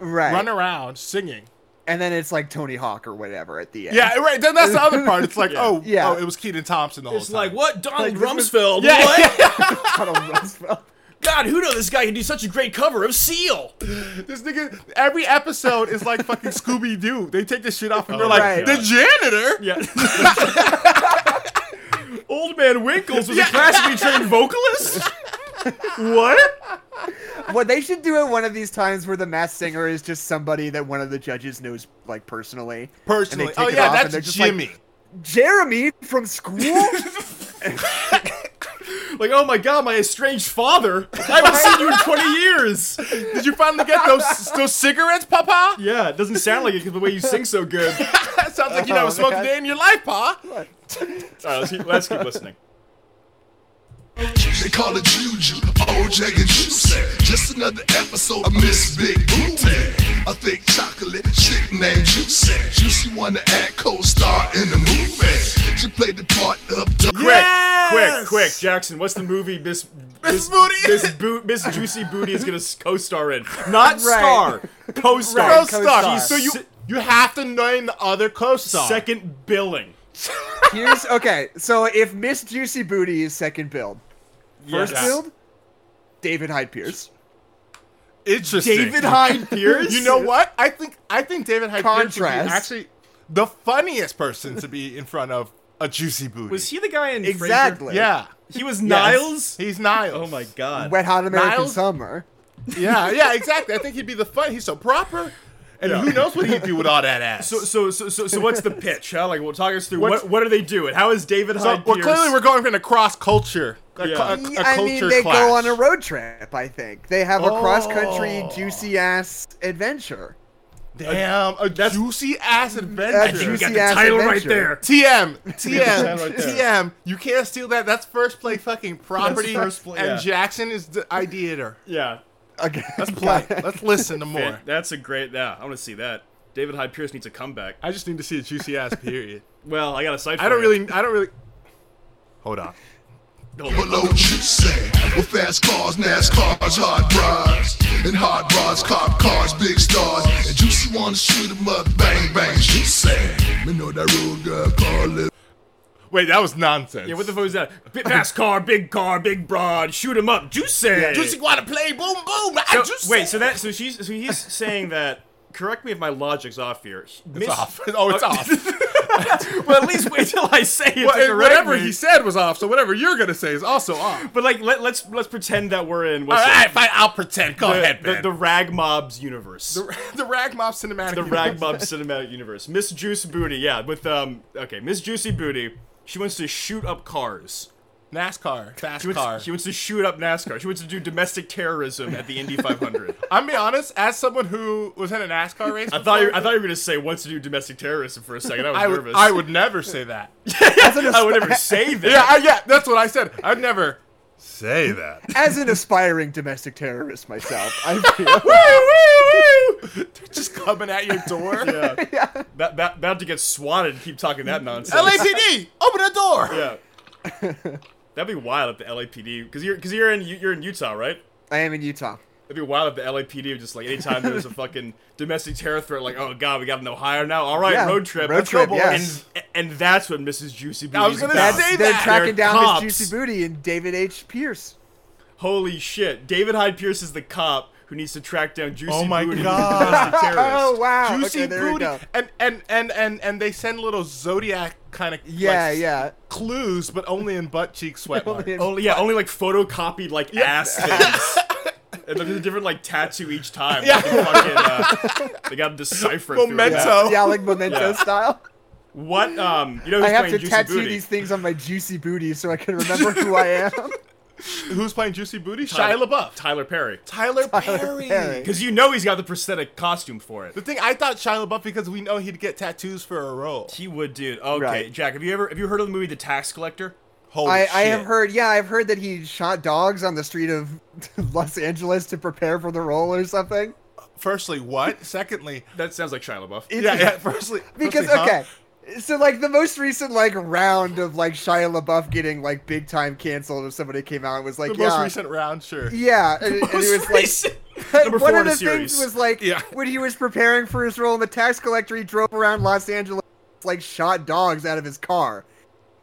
Speaker 3: right.
Speaker 2: run around singing.
Speaker 3: and then it's like Tony Hawk or whatever at the end. <laughs>
Speaker 2: Yeah, right. Then that's the other part. It's like, oh,
Speaker 3: Yeah.
Speaker 2: oh, it was Keaton Thompson the whole
Speaker 1: It's
Speaker 2: time.
Speaker 1: like what Donald
Speaker 3: Like, this is-
Speaker 1: Rumsfeld?
Speaker 2: yeah,
Speaker 1: What?
Speaker 2: yeah.
Speaker 3: Donald Rumsfeld.
Speaker 1: God, who knows? This guy can do such a great cover of Seal.
Speaker 2: This nigga, every episode is like fucking Scooby Doo. They take this shit off
Speaker 1: Oh,
Speaker 2: and they're like,
Speaker 3: right.
Speaker 2: the janitor?
Speaker 1: Yeah. <laughs> Old Man Winkles was a classically trained vocalist. what?
Speaker 3: What they should do at one of these times where the mass singer is just somebody that one of the judges knows like personally. and they
Speaker 2: Personally.
Speaker 3: take
Speaker 2: Oh,
Speaker 3: it
Speaker 2: yeah,
Speaker 3: off and they're
Speaker 2: that's
Speaker 3: just like,
Speaker 2: Jimmy.
Speaker 3: Jeremy from
Speaker 2: <laughs>
Speaker 3: school?
Speaker 1: Like, oh my God, my estranged father. I haven't seen you in 20 years.
Speaker 2: Did you finally get those, those cigarettes, Papa?
Speaker 1: Yeah, it doesn't sound like it because the way you sing so good.
Speaker 2: That sounds like you never
Speaker 3: Oh,
Speaker 2: smoked
Speaker 3: man.
Speaker 2: a day in your life, Pa.
Speaker 1: All right, let's keep, let's keep listening.
Speaker 7: They call it Juju, OJ and Juicy. Just another episode of Miss Big Booty. I think chocolate chick named Juicy. Juicy wanna act co-star in the movie. She played the part of the
Speaker 1: Quick, quick, quick, Jackson. What's the movie Miss
Speaker 2: <laughs> Miss Booty?
Speaker 1: Miss, Bo- Miss Juicy Booty is gonna co-star in? Not
Speaker 2: <laughs>
Speaker 1: star, co-star.
Speaker 3: Right,
Speaker 2: Co-star.
Speaker 3: co-star.
Speaker 2: So you you have to name the other co-star.
Speaker 1: Second billing.
Speaker 3: Here's okay. So if Miss Juicy Booty is second build, first
Speaker 1: Yes.
Speaker 3: build, David Hyde Pierce.
Speaker 2: Interesting.
Speaker 1: David Hyde
Speaker 3: <laughs>
Speaker 1: Pierce.
Speaker 2: You know what? I think I think David Hyde Pierce would be
Speaker 3: Contrast.
Speaker 2: actually the funniest person to be in front of a juicy booty.
Speaker 1: Was he the guy in Frasier?
Speaker 3: Exactly.
Speaker 2: Yeah,
Speaker 1: He was Niles.
Speaker 2: he's Niles.
Speaker 1: Oh my God.
Speaker 3: Wet Hot American
Speaker 2: Niles-
Speaker 3: Summer. <laughs>
Speaker 2: Yeah, Uh, yeah, exactly. I think he'd be the fun. He's so proper, and who knows what he'd do with all that ass.
Speaker 1: So, so, so, so, so what's the pitch? Huh? Like, well, talk us through
Speaker 2: What's-
Speaker 1: what what are they doing? How is David
Speaker 2: So,
Speaker 1: Hyde
Speaker 2: well,
Speaker 1: Pierce?
Speaker 2: clearly we're going from a cross culture. A,
Speaker 1: Yeah.
Speaker 2: cu- a, a
Speaker 3: Y-
Speaker 2: culture
Speaker 3: I mean, they
Speaker 2: clash.
Speaker 3: go on a road trip. I think they have a cross country
Speaker 2: Oh.
Speaker 3: juicy ass adventure.
Speaker 2: damn a juicy ass
Speaker 3: A
Speaker 2: adventure.
Speaker 3: juicy
Speaker 1: the
Speaker 3: ass
Speaker 1: title right
Speaker 3: adventure.
Speaker 1: there.
Speaker 2: TM,
Speaker 1: that
Speaker 2: TM,
Speaker 1: right there.
Speaker 2: TM. You can't steal that. That's first play fucking property.
Speaker 1: first play,
Speaker 2: and
Speaker 1: yeah.
Speaker 2: Jackson is the ideator.
Speaker 1: yeah,
Speaker 3: Okay. <laughs>
Speaker 2: Let's play. Let's listen to
Speaker 1: Man,
Speaker 2: more.
Speaker 1: that's a great. Yeah, I want to see that. David Hyde Pierce needs a comeback.
Speaker 2: I just need to see a juicy ass. Period.
Speaker 1: Well, I got a site.
Speaker 2: <laughs> I don't really. I don't really. Hold on.
Speaker 7: below Juicy. With fast cars, NASCARs, hard drives. And hard rods, cop cars, big stars. And Juicy wanna shoot 'em up, bang, bang, Juicy. Me know that real girl, call it
Speaker 2: Wait, that was nonsense.
Speaker 1: Yeah, what the fuck is that? Big fast car, big car, big broad, shoot him up, juicy.
Speaker 2: Juicy wanna play? Boom, boom. I
Speaker 1: So,
Speaker 2: juicy.
Speaker 1: wait, so that so she's so
Speaker 2: <laughs>
Speaker 1: he's saying that. Correct me if my logic's off here. Miss,
Speaker 2: It's off. <laughs> Oh, it's off.
Speaker 1: <laughs> well, at least wait till I say it.
Speaker 2: Well,
Speaker 1: to
Speaker 2: and
Speaker 1: correct
Speaker 2: whatever
Speaker 1: me.
Speaker 2: he said was off, so whatever you're gonna say is also off.
Speaker 1: But like, let, let's let's pretend that we're in
Speaker 2: All
Speaker 1: what's
Speaker 2: right,
Speaker 1: it?
Speaker 2: fine. I'll pretend. Go
Speaker 1: the,
Speaker 2: ahead,
Speaker 1: the,
Speaker 2: man.
Speaker 1: the rag mobs universe.
Speaker 2: The, <laughs> the rag mob cinematic.
Speaker 1: the
Speaker 2: universe. <laughs>
Speaker 1: rag mob cinematic universe. Miss Juice Booty, yeah, with um okay, Miss Juicy Booty. She wants to shoot up cars.
Speaker 2: NASCAR fast
Speaker 1: She wants,
Speaker 2: car.
Speaker 1: she wants to shoot up NASCAR. She wants to do domestic terrorism at the
Speaker 2: <laughs>
Speaker 1: Indy 500.
Speaker 2: I'm be honest. As someone who was in a NASCAR race,
Speaker 1: I thought you, I thought you were gonna say wants to do domestic terrorism for a second. I was
Speaker 2: I
Speaker 1: nervous.
Speaker 2: would, I would never say <laughs> that.
Speaker 3: As an,
Speaker 1: I would
Speaker 2: <laughs>
Speaker 3: asp-
Speaker 1: never say that.
Speaker 2: yeah, I, yeah, that's what I said. I'd <laughs> never say that.
Speaker 3: as an aspiring domestic terrorist myself,
Speaker 1: <laughs>
Speaker 3: I feel.
Speaker 2: woo, woo, woo! They're just coming at your door.
Speaker 3: <laughs>
Speaker 1: Ba- ba- about to get swatted. Keep talking that nonsense.
Speaker 2: LAPD, open the door.
Speaker 1: yeah.
Speaker 3: <laughs>
Speaker 1: That'd be wild if the LAPD, because you're because you're in you're in Utah, right?
Speaker 3: I am in Utah.
Speaker 1: It'd be wild if the LAPD was just like anytime there's a fucking domestic terror threat, like oh god, we got an Ohio now. All right,
Speaker 3: Yeah,
Speaker 1: road trip,
Speaker 3: road
Speaker 1: let's
Speaker 3: trip,
Speaker 1: go, boys."
Speaker 3: yes.
Speaker 1: And, and that's what Mrs. Juicy Booty.
Speaker 2: I was gonna
Speaker 1: about.
Speaker 2: say
Speaker 3: They're
Speaker 2: that.
Speaker 3: tracking
Speaker 1: They're
Speaker 3: down
Speaker 1: cops.
Speaker 3: Miss Juicy Booty and David H.
Speaker 1: <laughs>
Speaker 3: Pierce.
Speaker 1: Holy shit, David Hyde Pierce is the cop who needs to track down Juicy
Speaker 2: Oh my
Speaker 1: Booty,
Speaker 2: God.
Speaker 1: the domestic terrorist.
Speaker 3: <laughs> Oh wow!
Speaker 2: Juicy
Speaker 3: okay, there we
Speaker 2: booty,
Speaker 3: go.
Speaker 2: and and and and and they send little zodiac kind of
Speaker 1: <laughs>
Speaker 3: Yeah, yeah.
Speaker 2: clues, but only in butt cheek
Speaker 3: <laughs>
Speaker 2: sweat marks.
Speaker 1: Only yeah, only like photocopied like ass things. and there's a different like tattoo each time. Yeah. fucking, uh, they got to decipher it through
Speaker 2: Memento.
Speaker 1: that.
Speaker 3: yeah, like memento
Speaker 1: Yeah.
Speaker 3: style.
Speaker 1: What um, you know, who's
Speaker 3: I have
Speaker 1: playing
Speaker 3: to
Speaker 1: Juicy
Speaker 3: tattoo
Speaker 1: Booty?
Speaker 3: these things on my juicy booty so I
Speaker 1: <laughs>
Speaker 3: can remember who I am.
Speaker 2: Oh, Who's playing Juicy Booty?
Speaker 1: Tyler-
Speaker 2: Shia LaBeouf.
Speaker 1: Tyler Perry.
Speaker 2: Tyler, Perry.
Speaker 3: Perry.
Speaker 1: Because you know he's got the prosthetic costume for it.
Speaker 2: The thing I thought Shia LaBeouf because we know he'd get tattoos for a role.
Speaker 1: He would, dude. Okay,
Speaker 3: Right.
Speaker 1: Jack, have you ever have you heard of the movie The Tax Collector?
Speaker 2: Holy
Speaker 3: I,
Speaker 2: shit!
Speaker 3: I have heard, yeah, I've heard that he shot dogs on the street of <laughs> Los Angeles to prepare for the role or something.
Speaker 2: Firstly, what? Secondly,
Speaker 3: <laughs>
Speaker 1: That sounds like Shia LaBeouf.
Speaker 2: yeah, yeah. Firstly,
Speaker 3: Because
Speaker 2: firstly, huh?
Speaker 3: okay, So like the most recent like round of like Shia LaBeouf getting like big time canceled if somebody came out and was like
Speaker 2: The
Speaker 3: yeah
Speaker 2: most recent round, sure.
Speaker 3: yeah and, and
Speaker 1: Most
Speaker 3: it was like <laughs>
Speaker 1: recent- Number
Speaker 3: one
Speaker 1: four
Speaker 3: of
Speaker 1: in
Speaker 3: the
Speaker 1: a series.
Speaker 3: things was like
Speaker 2: Yeah.
Speaker 3: when he was preparing for his role in the tax collector he drove around Los Angeles like shot dogs out of his car <laughs>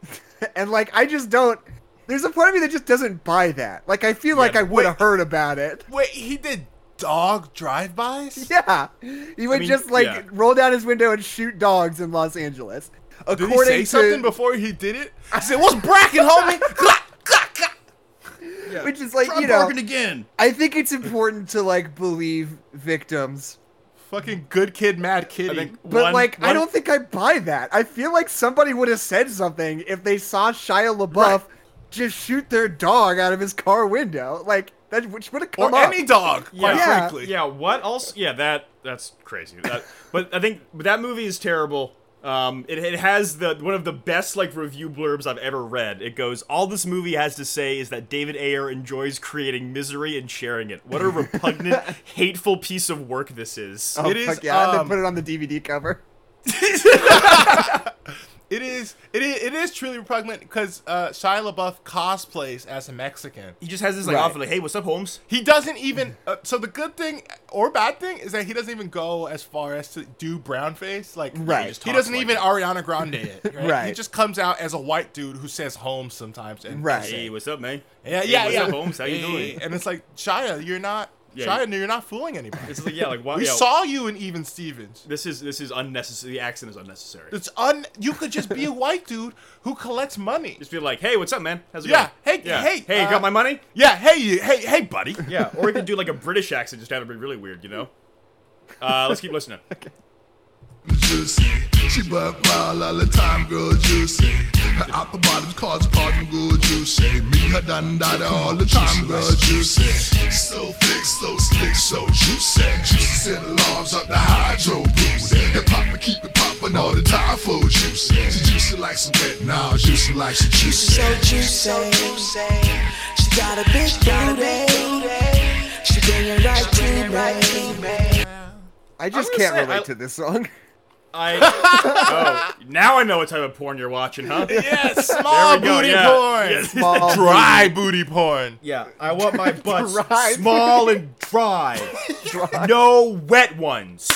Speaker 3: and like I just don't there's a part of me that just doesn't buy that like I feel like I would have heard about it <laughs>
Speaker 2: Wait, he did dog drive-bys?
Speaker 3: yeah he would
Speaker 1: mean,
Speaker 3: just like
Speaker 1: yeah.
Speaker 3: roll down his window and shoot dogs in Los Angeles
Speaker 2: Did
Speaker 3: according
Speaker 2: he say
Speaker 3: to
Speaker 2: something before he did it? I said, "What's bracket, homie?" Clack, clack, clack.
Speaker 3: which is like
Speaker 1: Try
Speaker 3: you know
Speaker 1: barking again.
Speaker 3: I think it's important to like believe victims,
Speaker 2: Fucking good kid, mad kitty.
Speaker 1: I think
Speaker 3: but
Speaker 1: one-
Speaker 3: like I
Speaker 1: one-
Speaker 3: don't think I buy that. I feel like somebody would have said something if they saw Shia LaBeouf just shoot their dog out of his car window, like that, which would have come
Speaker 2: or
Speaker 3: up.
Speaker 2: any dog, quite
Speaker 3: Yeah.
Speaker 2: frankly.
Speaker 1: Yeah, what else? Yeah, that that's crazy. That, but I think but that movie is terrible. Um, it, it has the one of the best like review blurbs I've ever read. It goes, "All this movie has to say is that David Ayer enjoys creating misery and sharing it.
Speaker 2: <laughs>
Speaker 1: What a repugnant, hateful piece of work this is."
Speaker 3: Oh,
Speaker 2: It is,
Speaker 3: fuck yeah, and then
Speaker 2: um,
Speaker 3: put it on the DVD cover.
Speaker 2: It is. It is. It is truly repugnant because uh, Shia LaBeouf cosplays as a Mexican.
Speaker 1: He just has this like
Speaker 3: Right.
Speaker 1: offer, like, "Hey, what's up, Holmes?"
Speaker 2: He doesn't even. Uh, so the good thing or bad thing is that he doesn't even go as far as to do brown face. Like
Speaker 3: Right.
Speaker 2: he,
Speaker 3: He just
Speaker 1: talks
Speaker 2: doesn't
Speaker 1: like
Speaker 2: even
Speaker 1: it.
Speaker 2: Ariana Grande <laughs> it. Right? He
Speaker 3: Right.
Speaker 2: just comes out as a white dude who says home sometimes. And
Speaker 3: Right.
Speaker 1: Hey, what's up, man?
Speaker 2: Yeah,
Speaker 1: Hey,
Speaker 2: yeah,
Speaker 1: what's
Speaker 2: yeah.
Speaker 1: up, Holmes? How you
Speaker 2: Yeah,
Speaker 1: doing?
Speaker 2: yeah. And it's like Shia, you're not.
Speaker 1: Yeah.
Speaker 2: Shia, you're not fooling anybody.
Speaker 1: It's like yeah, like why?
Speaker 2: we
Speaker 1: yeah,
Speaker 2: saw you in Even Stevens.
Speaker 1: this is this is unnecessary. The accent is unnecessary.
Speaker 2: It's un. You could just <laughs> be a white dude who collects money.
Speaker 1: Just be like, "Hey, what's up, man? How's it
Speaker 2: Yeah,
Speaker 1: going?"
Speaker 2: hey, hey,
Speaker 1: hey,
Speaker 2: uh,
Speaker 1: got my money?
Speaker 2: Yeah. Hey, you. Hey, hey, <laughs> buddy.
Speaker 1: Yeah, or he could do like a British accent, just have it be really weird, you know? Uh, let's keep listening.
Speaker 7: juicy. She buck wild all the time, girl juicy. Her upper bottom cause pardon, girl juicy. Me her done that all the time, girl juicy. So thick, so slick, so juicy. Juicy set alarms up the hydro boost. And papa keep it poppin' all the time for juicy. She juicy like some wet now, juicy like some juicy.
Speaker 8: So juicy, she got a big booty. She bring it right to me.
Speaker 3: I just
Speaker 1: gonna
Speaker 3: can't
Speaker 1: say,
Speaker 3: relate
Speaker 1: I-
Speaker 3: to
Speaker 1: <laughs>
Speaker 3: this song.
Speaker 1: I oh, now I know what type of porn you're watching, huh?
Speaker 2: Yes, small
Speaker 1: There we go,
Speaker 2: booty
Speaker 1: yeah.
Speaker 2: porn.
Speaker 1: Yes. <laughs>
Speaker 3: Small
Speaker 2: Dry booty porn.
Speaker 1: Yeah,
Speaker 2: <laughs>
Speaker 1: I want my butts
Speaker 3: Dry.
Speaker 1: small and dry. No wet ones.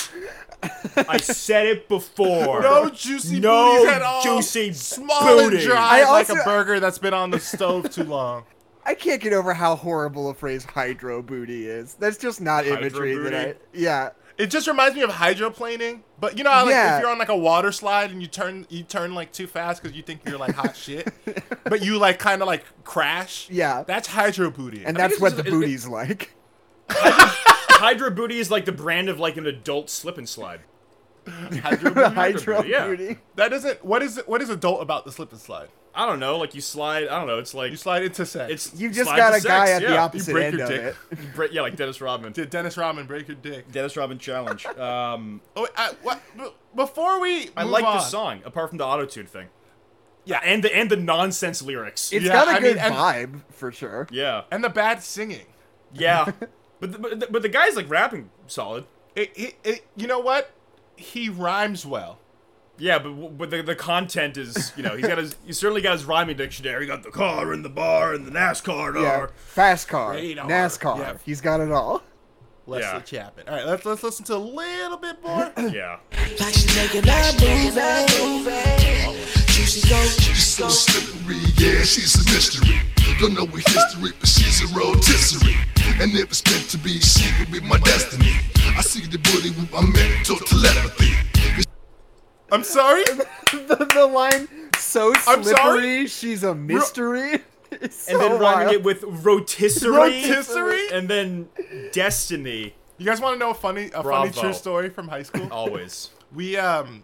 Speaker 1: I said it before.
Speaker 2: No juicy
Speaker 1: No
Speaker 2: booties at all.
Speaker 1: juicy
Speaker 2: small and
Speaker 1: booty.
Speaker 2: dry
Speaker 3: I
Speaker 2: like a
Speaker 3: also-
Speaker 2: burger that's been on the stove too
Speaker 3: <laughs>
Speaker 2: long.
Speaker 3: I can't get over how horrible a phrase "hydro booty" is. That's just not imagery
Speaker 1: Hydro
Speaker 3: that I.
Speaker 1: booty?
Speaker 3: Yeah,
Speaker 2: It just reminds me of hydroplaning, but you know, how, like
Speaker 3: Yeah.
Speaker 2: if you're on like a water slide and you turn, you turn like too fast because you think you're like hot shit,
Speaker 3: <laughs>
Speaker 2: but you like kind of like crash.
Speaker 3: Yeah.
Speaker 2: that's hydro booty.
Speaker 3: and
Speaker 1: I think
Speaker 3: that's
Speaker 1: it's
Speaker 3: what
Speaker 1: just- it-
Speaker 3: the
Speaker 1: it- <laughs>
Speaker 3: booty's like.
Speaker 1: Hydra booty is like the brand of like an adult slip and
Speaker 2: <laughs>
Speaker 1: slide.
Speaker 2: hydro
Speaker 3: The
Speaker 2: booty.
Speaker 3: hydro
Speaker 1: booty, yeah.
Speaker 3: booty.
Speaker 2: That doesn't. What is what is adult about the slip and slide?
Speaker 1: I don't know, like you slide. I don't know. It's like
Speaker 2: You slide into sex.
Speaker 1: it's
Speaker 3: You just
Speaker 1: slide
Speaker 3: got
Speaker 1: to
Speaker 3: a guy
Speaker 1: sex,
Speaker 3: at the
Speaker 1: yeah.
Speaker 3: opposite
Speaker 2: break
Speaker 3: end
Speaker 2: your
Speaker 3: of
Speaker 2: dick.
Speaker 3: it.
Speaker 1: You break- Yeah, like Dennis Rodman.
Speaker 2: Did Dennis Rodman break your dick?
Speaker 1: <laughs> Dennis Rodman challenge. Um,
Speaker 2: Oh, wait, I, what? b- Before we,
Speaker 1: I
Speaker 2: move
Speaker 1: like
Speaker 2: on,
Speaker 1: this song, apart from the autotune thing. Uh,
Speaker 2: Yeah.
Speaker 1: and the and the nonsense lyrics.
Speaker 3: It's
Speaker 2: Yeah,
Speaker 3: got
Speaker 2: I
Speaker 3: a
Speaker 2: mean,
Speaker 3: good
Speaker 2: and-
Speaker 3: vibe for sure.
Speaker 1: yeah,
Speaker 2: and the bad singing.
Speaker 1: yeah. <laughs> but, the, but the, but the guy's like rapping solid.
Speaker 2: It, it, it, you know what? He rhymes well.
Speaker 1: Yeah, but w- but the, the content is you know he's got his he certainly got his rhyming dictionary. He got the car and the bar and the NASCAR.
Speaker 3: Yeah,
Speaker 1: Yeah.
Speaker 3: fast car,
Speaker 2: radar.
Speaker 3: NASCAR.
Speaker 2: Yeah.
Speaker 3: He's got it all. <laughs>
Speaker 2: Leslie
Speaker 1: Yeah.
Speaker 2: Chapman. All right, let's let's listen to a little
Speaker 1: <coughs>
Speaker 2: bit more.
Speaker 1: yeah.
Speaker 8: Like she making that movie. Juicy go, juicy
Speaker 7: So
Speaker 8: go.
Speaker 7: slippery, yeah, she's a mystery. Don't know her history, but she's a rotisserie. And if it's meant to be, she will be my destiny. I see the booty with my mental telepathy.
Speaker 2: I'm sorry.
Speaker 3: the, the line so
Speaker 2: I'm sorry?
Speaker 3: slippery, she's a mystery. <laughs> It's so
Speaker 1: And then rhyming
Speaker 3: wild.
Speaker 1: it with rotisserie,
Speaker 2: Rotisserie?
Speaker 1: and then destiny.
Speaker 2: You guys want to know a funny a funny
Speaker 1: Bravo. Oh.
Speaker 2: true story from high school?
Speaker 1: Always.
Speaker 2: we um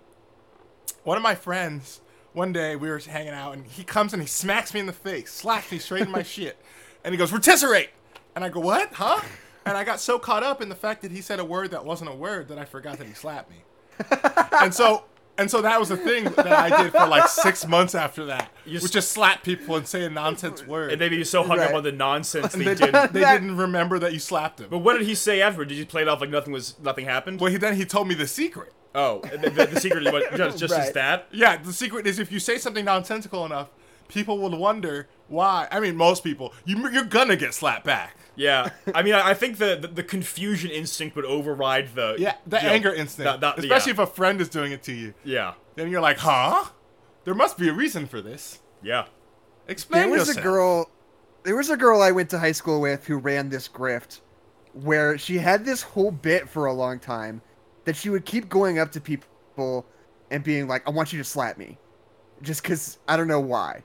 Speaker 2: one of my friends one day we were hanging out and he comes and he smacks me in the face slaps me straight
Speaker 1: <laughs>
Speaker 2: in my shit and he goes rotisserie and i go what huh and i got so caught up in the fact that he said a word that wasn't a word that i forgot that he slapped me
Speaker 1: <laughs>
Speaker 2: and so and so that was the thing that i did for like six months after that
Speaker 1: You
Speaker 2: was
Speaker 1: s-
Speaker 2: just slap people and say a nonsense
Speaker 1: <laughs>
Speaker 2: word
Speaker 1: And maybe you're so hung up
Speaker 3: Right.
Speaker 1: on the <laughs> nonsense that
Speaker 2: they,
Speaker 1: he did.
Speaker 2: they
Speaker 3: That-
Speaker 2: didn't remember that you slapped them
Speaker 1: But what did he say afterward? Did you play it off like nothing was nothing happened?
Speaker 2: well he, then he told me the secret
Speaker 1: Oh, the, the, the secret is what, just, just as
Speaker 3: Right.
Speaker 1: that.
Speaker 2: Yeah, the secret is if you say something nonsensical enough, people will wonder why. I mean, most people, you, you're gonna get slapped back.
Speaker 1: Yeah, I mean, I, I think the, the the confusion instinct would override the
Speaker 2: Yeah, the
Speaker 1: you know,
Speaker 2: anger instinct,
Speaker 1: that- that-
Speaker 2: especially
Speaker 1: yeah.
Speaker 2: if a friend is doing it to you.
Speaker 1: yeah,
Speaker 2: Then you're like, huh? There must be a reason for this.
Speaker 1: yeah.
Speaker 2: Explain
Speaker 3: There was a
Speaker 2: yourself.
Speaker 3: girl. There was a girl I went to high school with who ran this grift, where she had this whole bit for a long time that she would keep going up to people and being like, "I want you to slap me," just because I don't know why.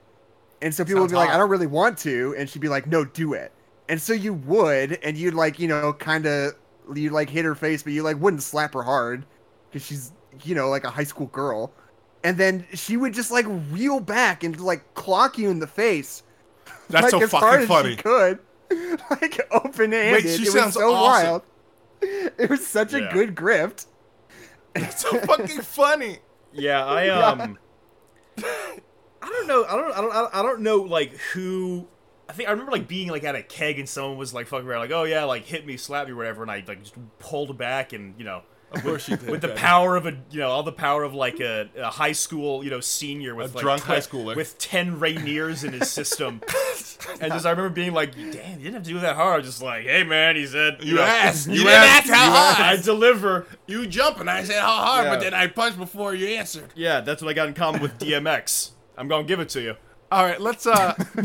Speaker 3: And so people would
Speaker 2: Sounds
Speaker 3: be like,
Speaker 2: hot.
Speaker 3: "I don't really want to," and she'd be like, "No, do it." And so you would, and you'd like, you know, kind of you like hit her face, but you like wouldn't slap her hard because she's, you know, like a high school girl. And then she would just like reel back and like clock you in the face.
Speaker 2: That's
Speaker 3: like,
Speaker 2: so
Speaker 3: as hard
Speaker 2: fucking
Speaker 3: as
Speaker 2: funny.
Speaker 3: She could <laughs> like open handed.
Speaker 2: she
Speaker 3: it
Speaker 2: sounds
Speaker 3: was so
Speaker 2: awesome.
Speaker 3: wild. <laughs> It was such
Speaker 1: Yeah.
Speaker 3: a good grift.
Speaker 2: That's so fucking funny.
Speaker 1: Yeah,
Speaker 2: <laughs>
Speaker 1: I um, I don't know. I don't. I don't. I don't know. Like who? I think I remember like being like at a keg and someone was like fucking around, like, oh yeah, like hit me, slap me, whatever, and I like just pulled back and you know.
Speaker 2: Of course <laughs> you did.
Speaker 1: With the
Speaker 2: Betty.
Speaker 1: power of a, you know, all the power of like a, a high school, you know, senior with
Speaker 2: A
Speaker 1: like
Speaker 2: drunk high schooler.
Speaker 1: with ten Rainiers in his
Speaker 2: <laughs>
Speaker 1: system, and just I remember being like, "Damn, you didn't have to do that hard." Just like, "Hey man," he said,
Speaker 2: You asked. You
Speaker 1: didn't
Speaker 2: asked
Speaker 1: ask
Speaker 2: how
Speaker 1: me.
Speaker 2: hard.
Speaker 1: I deliver."
Speaker 2: You jump and I said how hard, but
Speaker 1: Yeah.
Speaker 2: then I punched before you answered.
Speaker 1: Yeah, that's what I got in common with DMX. I'm gonna give it to you.
Speaker 2: All right, let's uh, <laughs>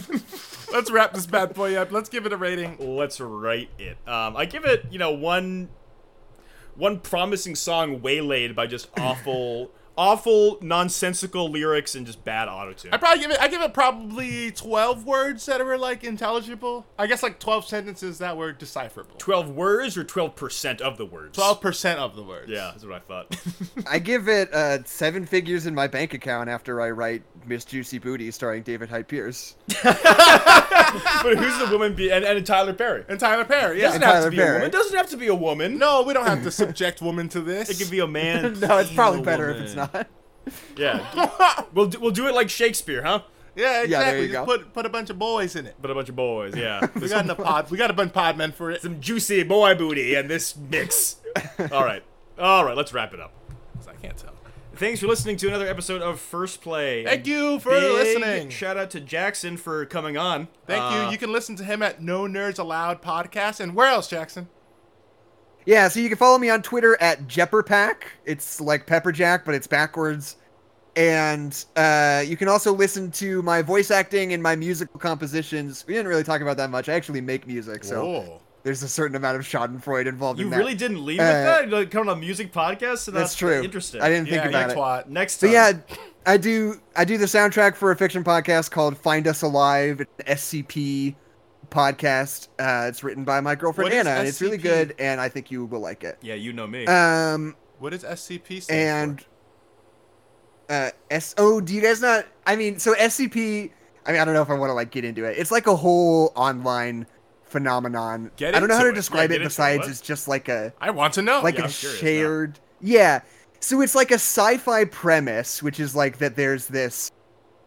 Speaker 2: let's wrap this bad boy up. Let's give it a rating.
Speaker 1: let's write it. Um, I give it, you know, one one promising song waylaid by <laughs> just awful, awful, nonsensical lyrics and just bad autotune.
Speaker 2: I probably give it. I give it probably twelve words that were like intelligible. I guess like twelve sentences that were decipherable.
Speaker 1: Twelve words or twelve percent of the words.
Speaker 2: Twelve percent of the words.
Speaker 1: Yeah, that's what I thought. <laughs>
Speaker 3: I give it uh, seven figures in my bank account after I write Miss Juicy Booty starring David Hyde Pierce.
Speaker 1: but who's the woman? Be- and, and Tyler Perry. It
Speaker 2: And Tyler Perry. Yeah.
Speaker 1: doesn't have
Speaker 3: Tyler
Speaker 1: to be a
Speaker 3: Perry.
Speaker 1: woman. It doesn't have to be a woman.
Speaker 2: No, we don't have to subject women to this.
Speaker 1: It could be a man.
Speaker 3: <laughs> <laughs> No, it's probably
Speaker 1: playing a
Speaker 3: better if
Speaker 1: woman.
Speaker 3: it's not.
Speaker 1: <laughs> Yeah, we'll do, we'll do it like Shakespeare, huh?
Speaker 2: Yeah, exactly.
Speaker 3: Yeah, there you
Speaker 2: Just
Speaker 3: go.
Speaker 2: Put put a bunch of boys in it.
Speaker 1: But a bunch of boys. <laughs> Yeah,
Speaker 2: We got enough pod. We got a bunch of pod men for it.
Speaker 1: some juicy boy booty and this
Speaker 2: <laughs>
Speaker 1: mix. All right, all right. Let's wrap it up.
Speaker 2: I can't tell.
Speaker 1: Thanks for listening to another episode of First Play.
Speaker 2: Thank you for
Speaker 1: Big
Speaker 2: listening.
Speaker 1: Shout out to Jackson for coming on.
Speaker 2: Thank
Speaker 1: Uh,
Speaker 2: you. You can listen to him at No Nerds Allowed podcast. And where else, Jackson?
Speaker 3: Yeah, so you can follow me on Twitter at Jepperpack. It's like Pepperjack, but it's backwards. And uh, you can also listen to my voice acting and my musical compositions. We didn't really talk about that much. I actually make music, so
Speaker 2: Whoa.
Speaker 3: there's a certain amount of Schadenfreude involved
Speaker 1: You
Speaker 3: in that.
Speaker 1: really didn't leave with
Speaker 3: Uh,
Speaker 1: that? Like, coming on a music podcast? So
Speaker 3: That's true.
Speaker 1: Interesting. Uh,
Speaker 3: I didn't think
Speaker 2: yeah,
Speaker 3: about
Speaker 2: you
Speaker 3: it.
Speaker 2: twat.
Speaker 1: Next
Speaker 3: So
Speaker 1: time.
Speaker 3: yeah, I do. I do the soundtrack for a fiction podcast called Find Us Alive, It's an SCP podcast. Uh, it's written by my girlfriend
Speaker 2: What is
Speaker 3: Anna, and it's really
Speaker 2: SCP?
Speaker 3: good, and I think you will like it.
Speaker 1: Yeah, you know me.
Speaker 2: uh,
Speaker 3: Um,
Speaker 2: What does SCP stand
Speaker 3: and uh, S. Oh, do you guys not? I mean, so SCP. I mean, I don't know if I want to like get into it. It's like a whole online phenomenon.
Speaker 2: Get
Speaker 3: I don't know how
Speaker 2: into
Speaker 3: to
Speaker 2: it.
Speaker 3: describe
Speaker 1: Yeah,
Speaker 3: it
Speaker 1: get into it.
Speaker 3: besides
Speaker 1: What?
Speaker 3: it's just like a
Speaker 2: I want to know.
Speaker 3: like
Speaker 1: yeah,
Speaker 3: a
Speaker 1: I'm curious now.
Speaker 3: shared yeah so it's like a sci-fi premise which is like that there's this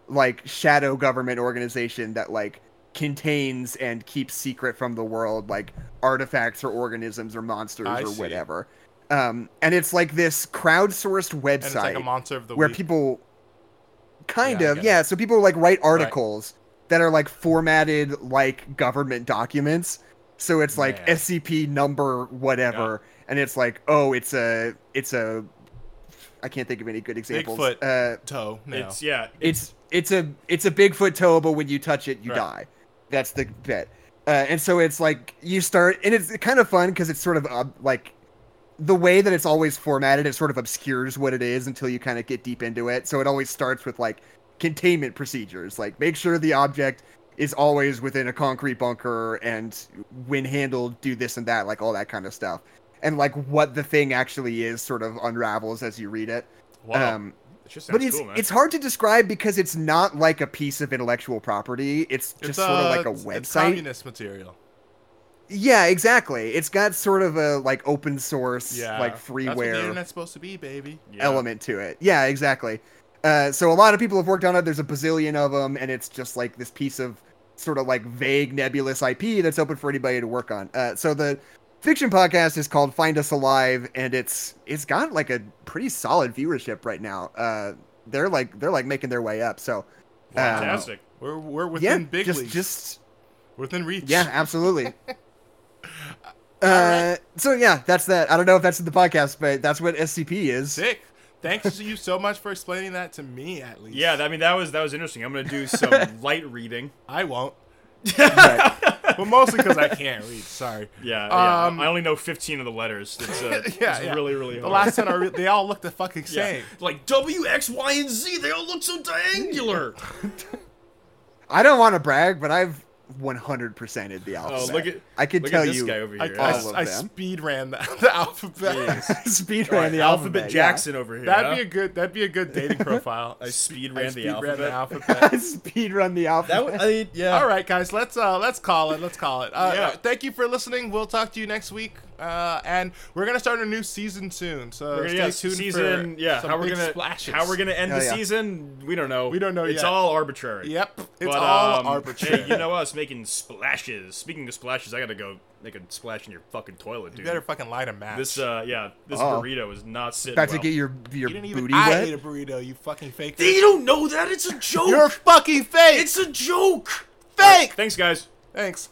Speaker 3: like shadow government organization that like contains and keeps secret from the world like artifacts or organisms or monsters
Speaker 2: I
Speaker 3: or
Speaker 2: see.
Speaker 3: whatever um and it's like this crowdsourced
Speaker 2: and it's like
Speaker 3: website
Speaker 2: a monster of the
Speaker 3: where
Speaker 2: week.
Speaker 3: people kind
Speaker 2: Yeah, I
Speaker 3: of
Speaker 2: get
Speaker 3: yeah so people like write articles that are like formatted like government documents so it's like
Speaker 2: Yeah.
Speaker 3: scp number whatever and it's like oh it's a it's a i can't think of any good examples
Speaker 2: Bigfoot.
Speaker 3: uh
Speaker 2: toe. No.
Speaker 1: It's, yeah.
Speaker 3: it's it's a it's a bigfoot toe but when you touch it you
Speaker 2: Right.
Speaker 3: die that's the bit uh, and so it's like you start and it's kind of fun because it's sort of uh, like the way that it's always formatted it sort of obscures what it is until you kind of get deep into it so it always starts with like containment procedures like make sure the object is always within a concrete bunker and when handled do this and that like all that kind of stuff and like what the thing actually is sort of unravels as you read it
Speaker 1: Wow.
Speaker 3: um
Speaker 1: It just sounds
Speaker 3: but it's
Speaker 1: cool, man.
Speaker 3: it's hard to describe because it's not like a piece of intellectual property. It's just
Speaker 2: It's,
Speaker 3: sort of
Speaker 2: uh,
Speaker 3: like a
Speaker 2: it's- It's
Speaker 3: website.
Speaker 2: communist material.
Speaker 3: yeah, exactly. It's got sort of a like open source,
Speaker 2: Yeah.
Speaker 3: like
Speaker 2: That's what the
Speaker 3: freeware
Speaker 2: internet's supposed to be, baby.
Speaker 1: Yeah.
Speaker 3: element to it. Yeah, exactly. Uh, so a lot of people have worked on it. There's a bazillion of them, and it's just like this piece of sort of like vague, nebulous IP that's open for anybody to work on. Uh, so the fiction podcast is called Find Us Alive, and it's it's got like a pretty solid viewership right now. Uh, they're like they're like making their way up. So uh,
Speaker 1: Fantastic.
Speaker 2: We're we're
Speaker 3: yeah,
Speaker 2: within big
Speaker 3: just
Speaker 2: leagues.
Speaker 3: just
Speaker 2: within reach.
Speaker 3: yeah, absolutely. Uh, so yeah, that's that. I don't know if that's in the podcast, but that's what SCP is.
Speaker 2: Sick. Thanks to you so much for explaining that to me at least.
Speaker 1: Yeah, that- I mean that was that was interesting. I'm gonna do
Speaker 2: <laughs>
Speaker 1: some light reading.
Speaker 2: I won't.
Speaker 3: Right.
Speaker 2: <laughs> But mostly because I can't read. Sorry.
Speaker 1: Yeah, yeah.
Speaker 2: Um,
Speaker 1: I only know 15 of the letters. It's, uh,
Speaker 2: <laughs> Yeah,
Speaker 1: it's
Speaker 2: yeah.
Speaker 1: really, really hard.
Speaker 2: The last time I read, they all look the fucking
Speaker 1: Yeah.
Speaker 2: same.
Speaker 1: Like W, X, Y, and Z. They all look so <laughs> diangular.
Speaker 3: I don't want to brag, but I've 100%ed the alphabet.
Speaker 1: Oh, look at
Speaker 3: I can
Speaker 1: look
Speaker 3: tell
Speaker 1: at this
Speaker 3: you,
Speaker 1: guy
Speaker 3: <laughs>
Speaker 1: over
Speaker 2: I,
Speaker 1: here.
Speaker 2: I,
Speaker 3: All of
Speaker 2: I
Speaker 3: them.
Speaker 2: speed ran the, the alphabet.
Speaker 3: speed
Speaker 1: All right,
Speaker 3: ran
Speaker 1: alphabet,
Speaker 3: the alphabet <laughs>
Speaker 1: Jackson over here.
Speaker 2: That'd
Speaker 1: huh?
Speaker 2: be a good. That'd be a good dating profile.
Speaker 1: I speed
Speaker 2: I
Speaker 1: ran the
Speaker 2: speed ran
Speaker 1: alphabet.
Speaker 2: alphabet.
Speaker 3: Yeah. speed run the alphabet.
Speaker 1: That would, <laughs> I mean, yeah.
Speaker 2: <laughs> All right, guys, let's uh, let's call it. Let's call it. Uh,
Speaker 1: Yeah.
Speaker 2: Thank you for listening. We'll talk to you next week, uh, and we're gonna start a new season soon. So
Speaker 1: We're gonna,
Speaker 2: stay
Speaker 1: yeah,
Speaker 2: tuned
Speaker 1: season,
Speaker 2: for
Speaker 1: yeah.
Speaker 2: some
Speaker 1: How we're
Speaker 2: big
Speaker 1: gonna
Speaker 2: splashes.
Speaker 1: how we're gonna end
Speaker 3: Oh,
Speaker 1: the
Speaker 3: yeah.
Speaker 1: season? We don't know.
Speaker 2: We don't know
Speaker 1: It's
Speaker 2: yet.
Speaker 1: all arbitrary.
Speaker 2: Yep, it's
Speaker 1: But,
Speaker 2: all
Speaker 1: um,
Speaker 2: arbitrary.
Speaker 1: Hey,
Speaker 2: <laughs>
Speaker 1: you know us making splashes. Speaking of splashes, I gotta go make a splash in your fucking toilet,
Speaker 2: You
Speaker 1: dude.
Speaker 2: better fucking light a match.
Speaker 1: this uh, yeah, this
Speaker 3: Oh.
Speaker 1: burrito is not sitting
Speaker 3: About
Speaker 1: well.
Speaker 3: to get your
Speaker 2: you
Speaker 3: your
Speaker 2: didn't even.
Speaker 3: booty
Speaker 2: I
Speaker 3: wet.
Speaker 2: ate a burrito. You fucking fake.
Speaker 1: They don't know that it's a joke.
Speaker 2: You're fucking fake.
Speaker 1: it's a joke.
Speaker 2: fake.
Speaker 1: Thanks, guys.
Speaker 2: Thanks.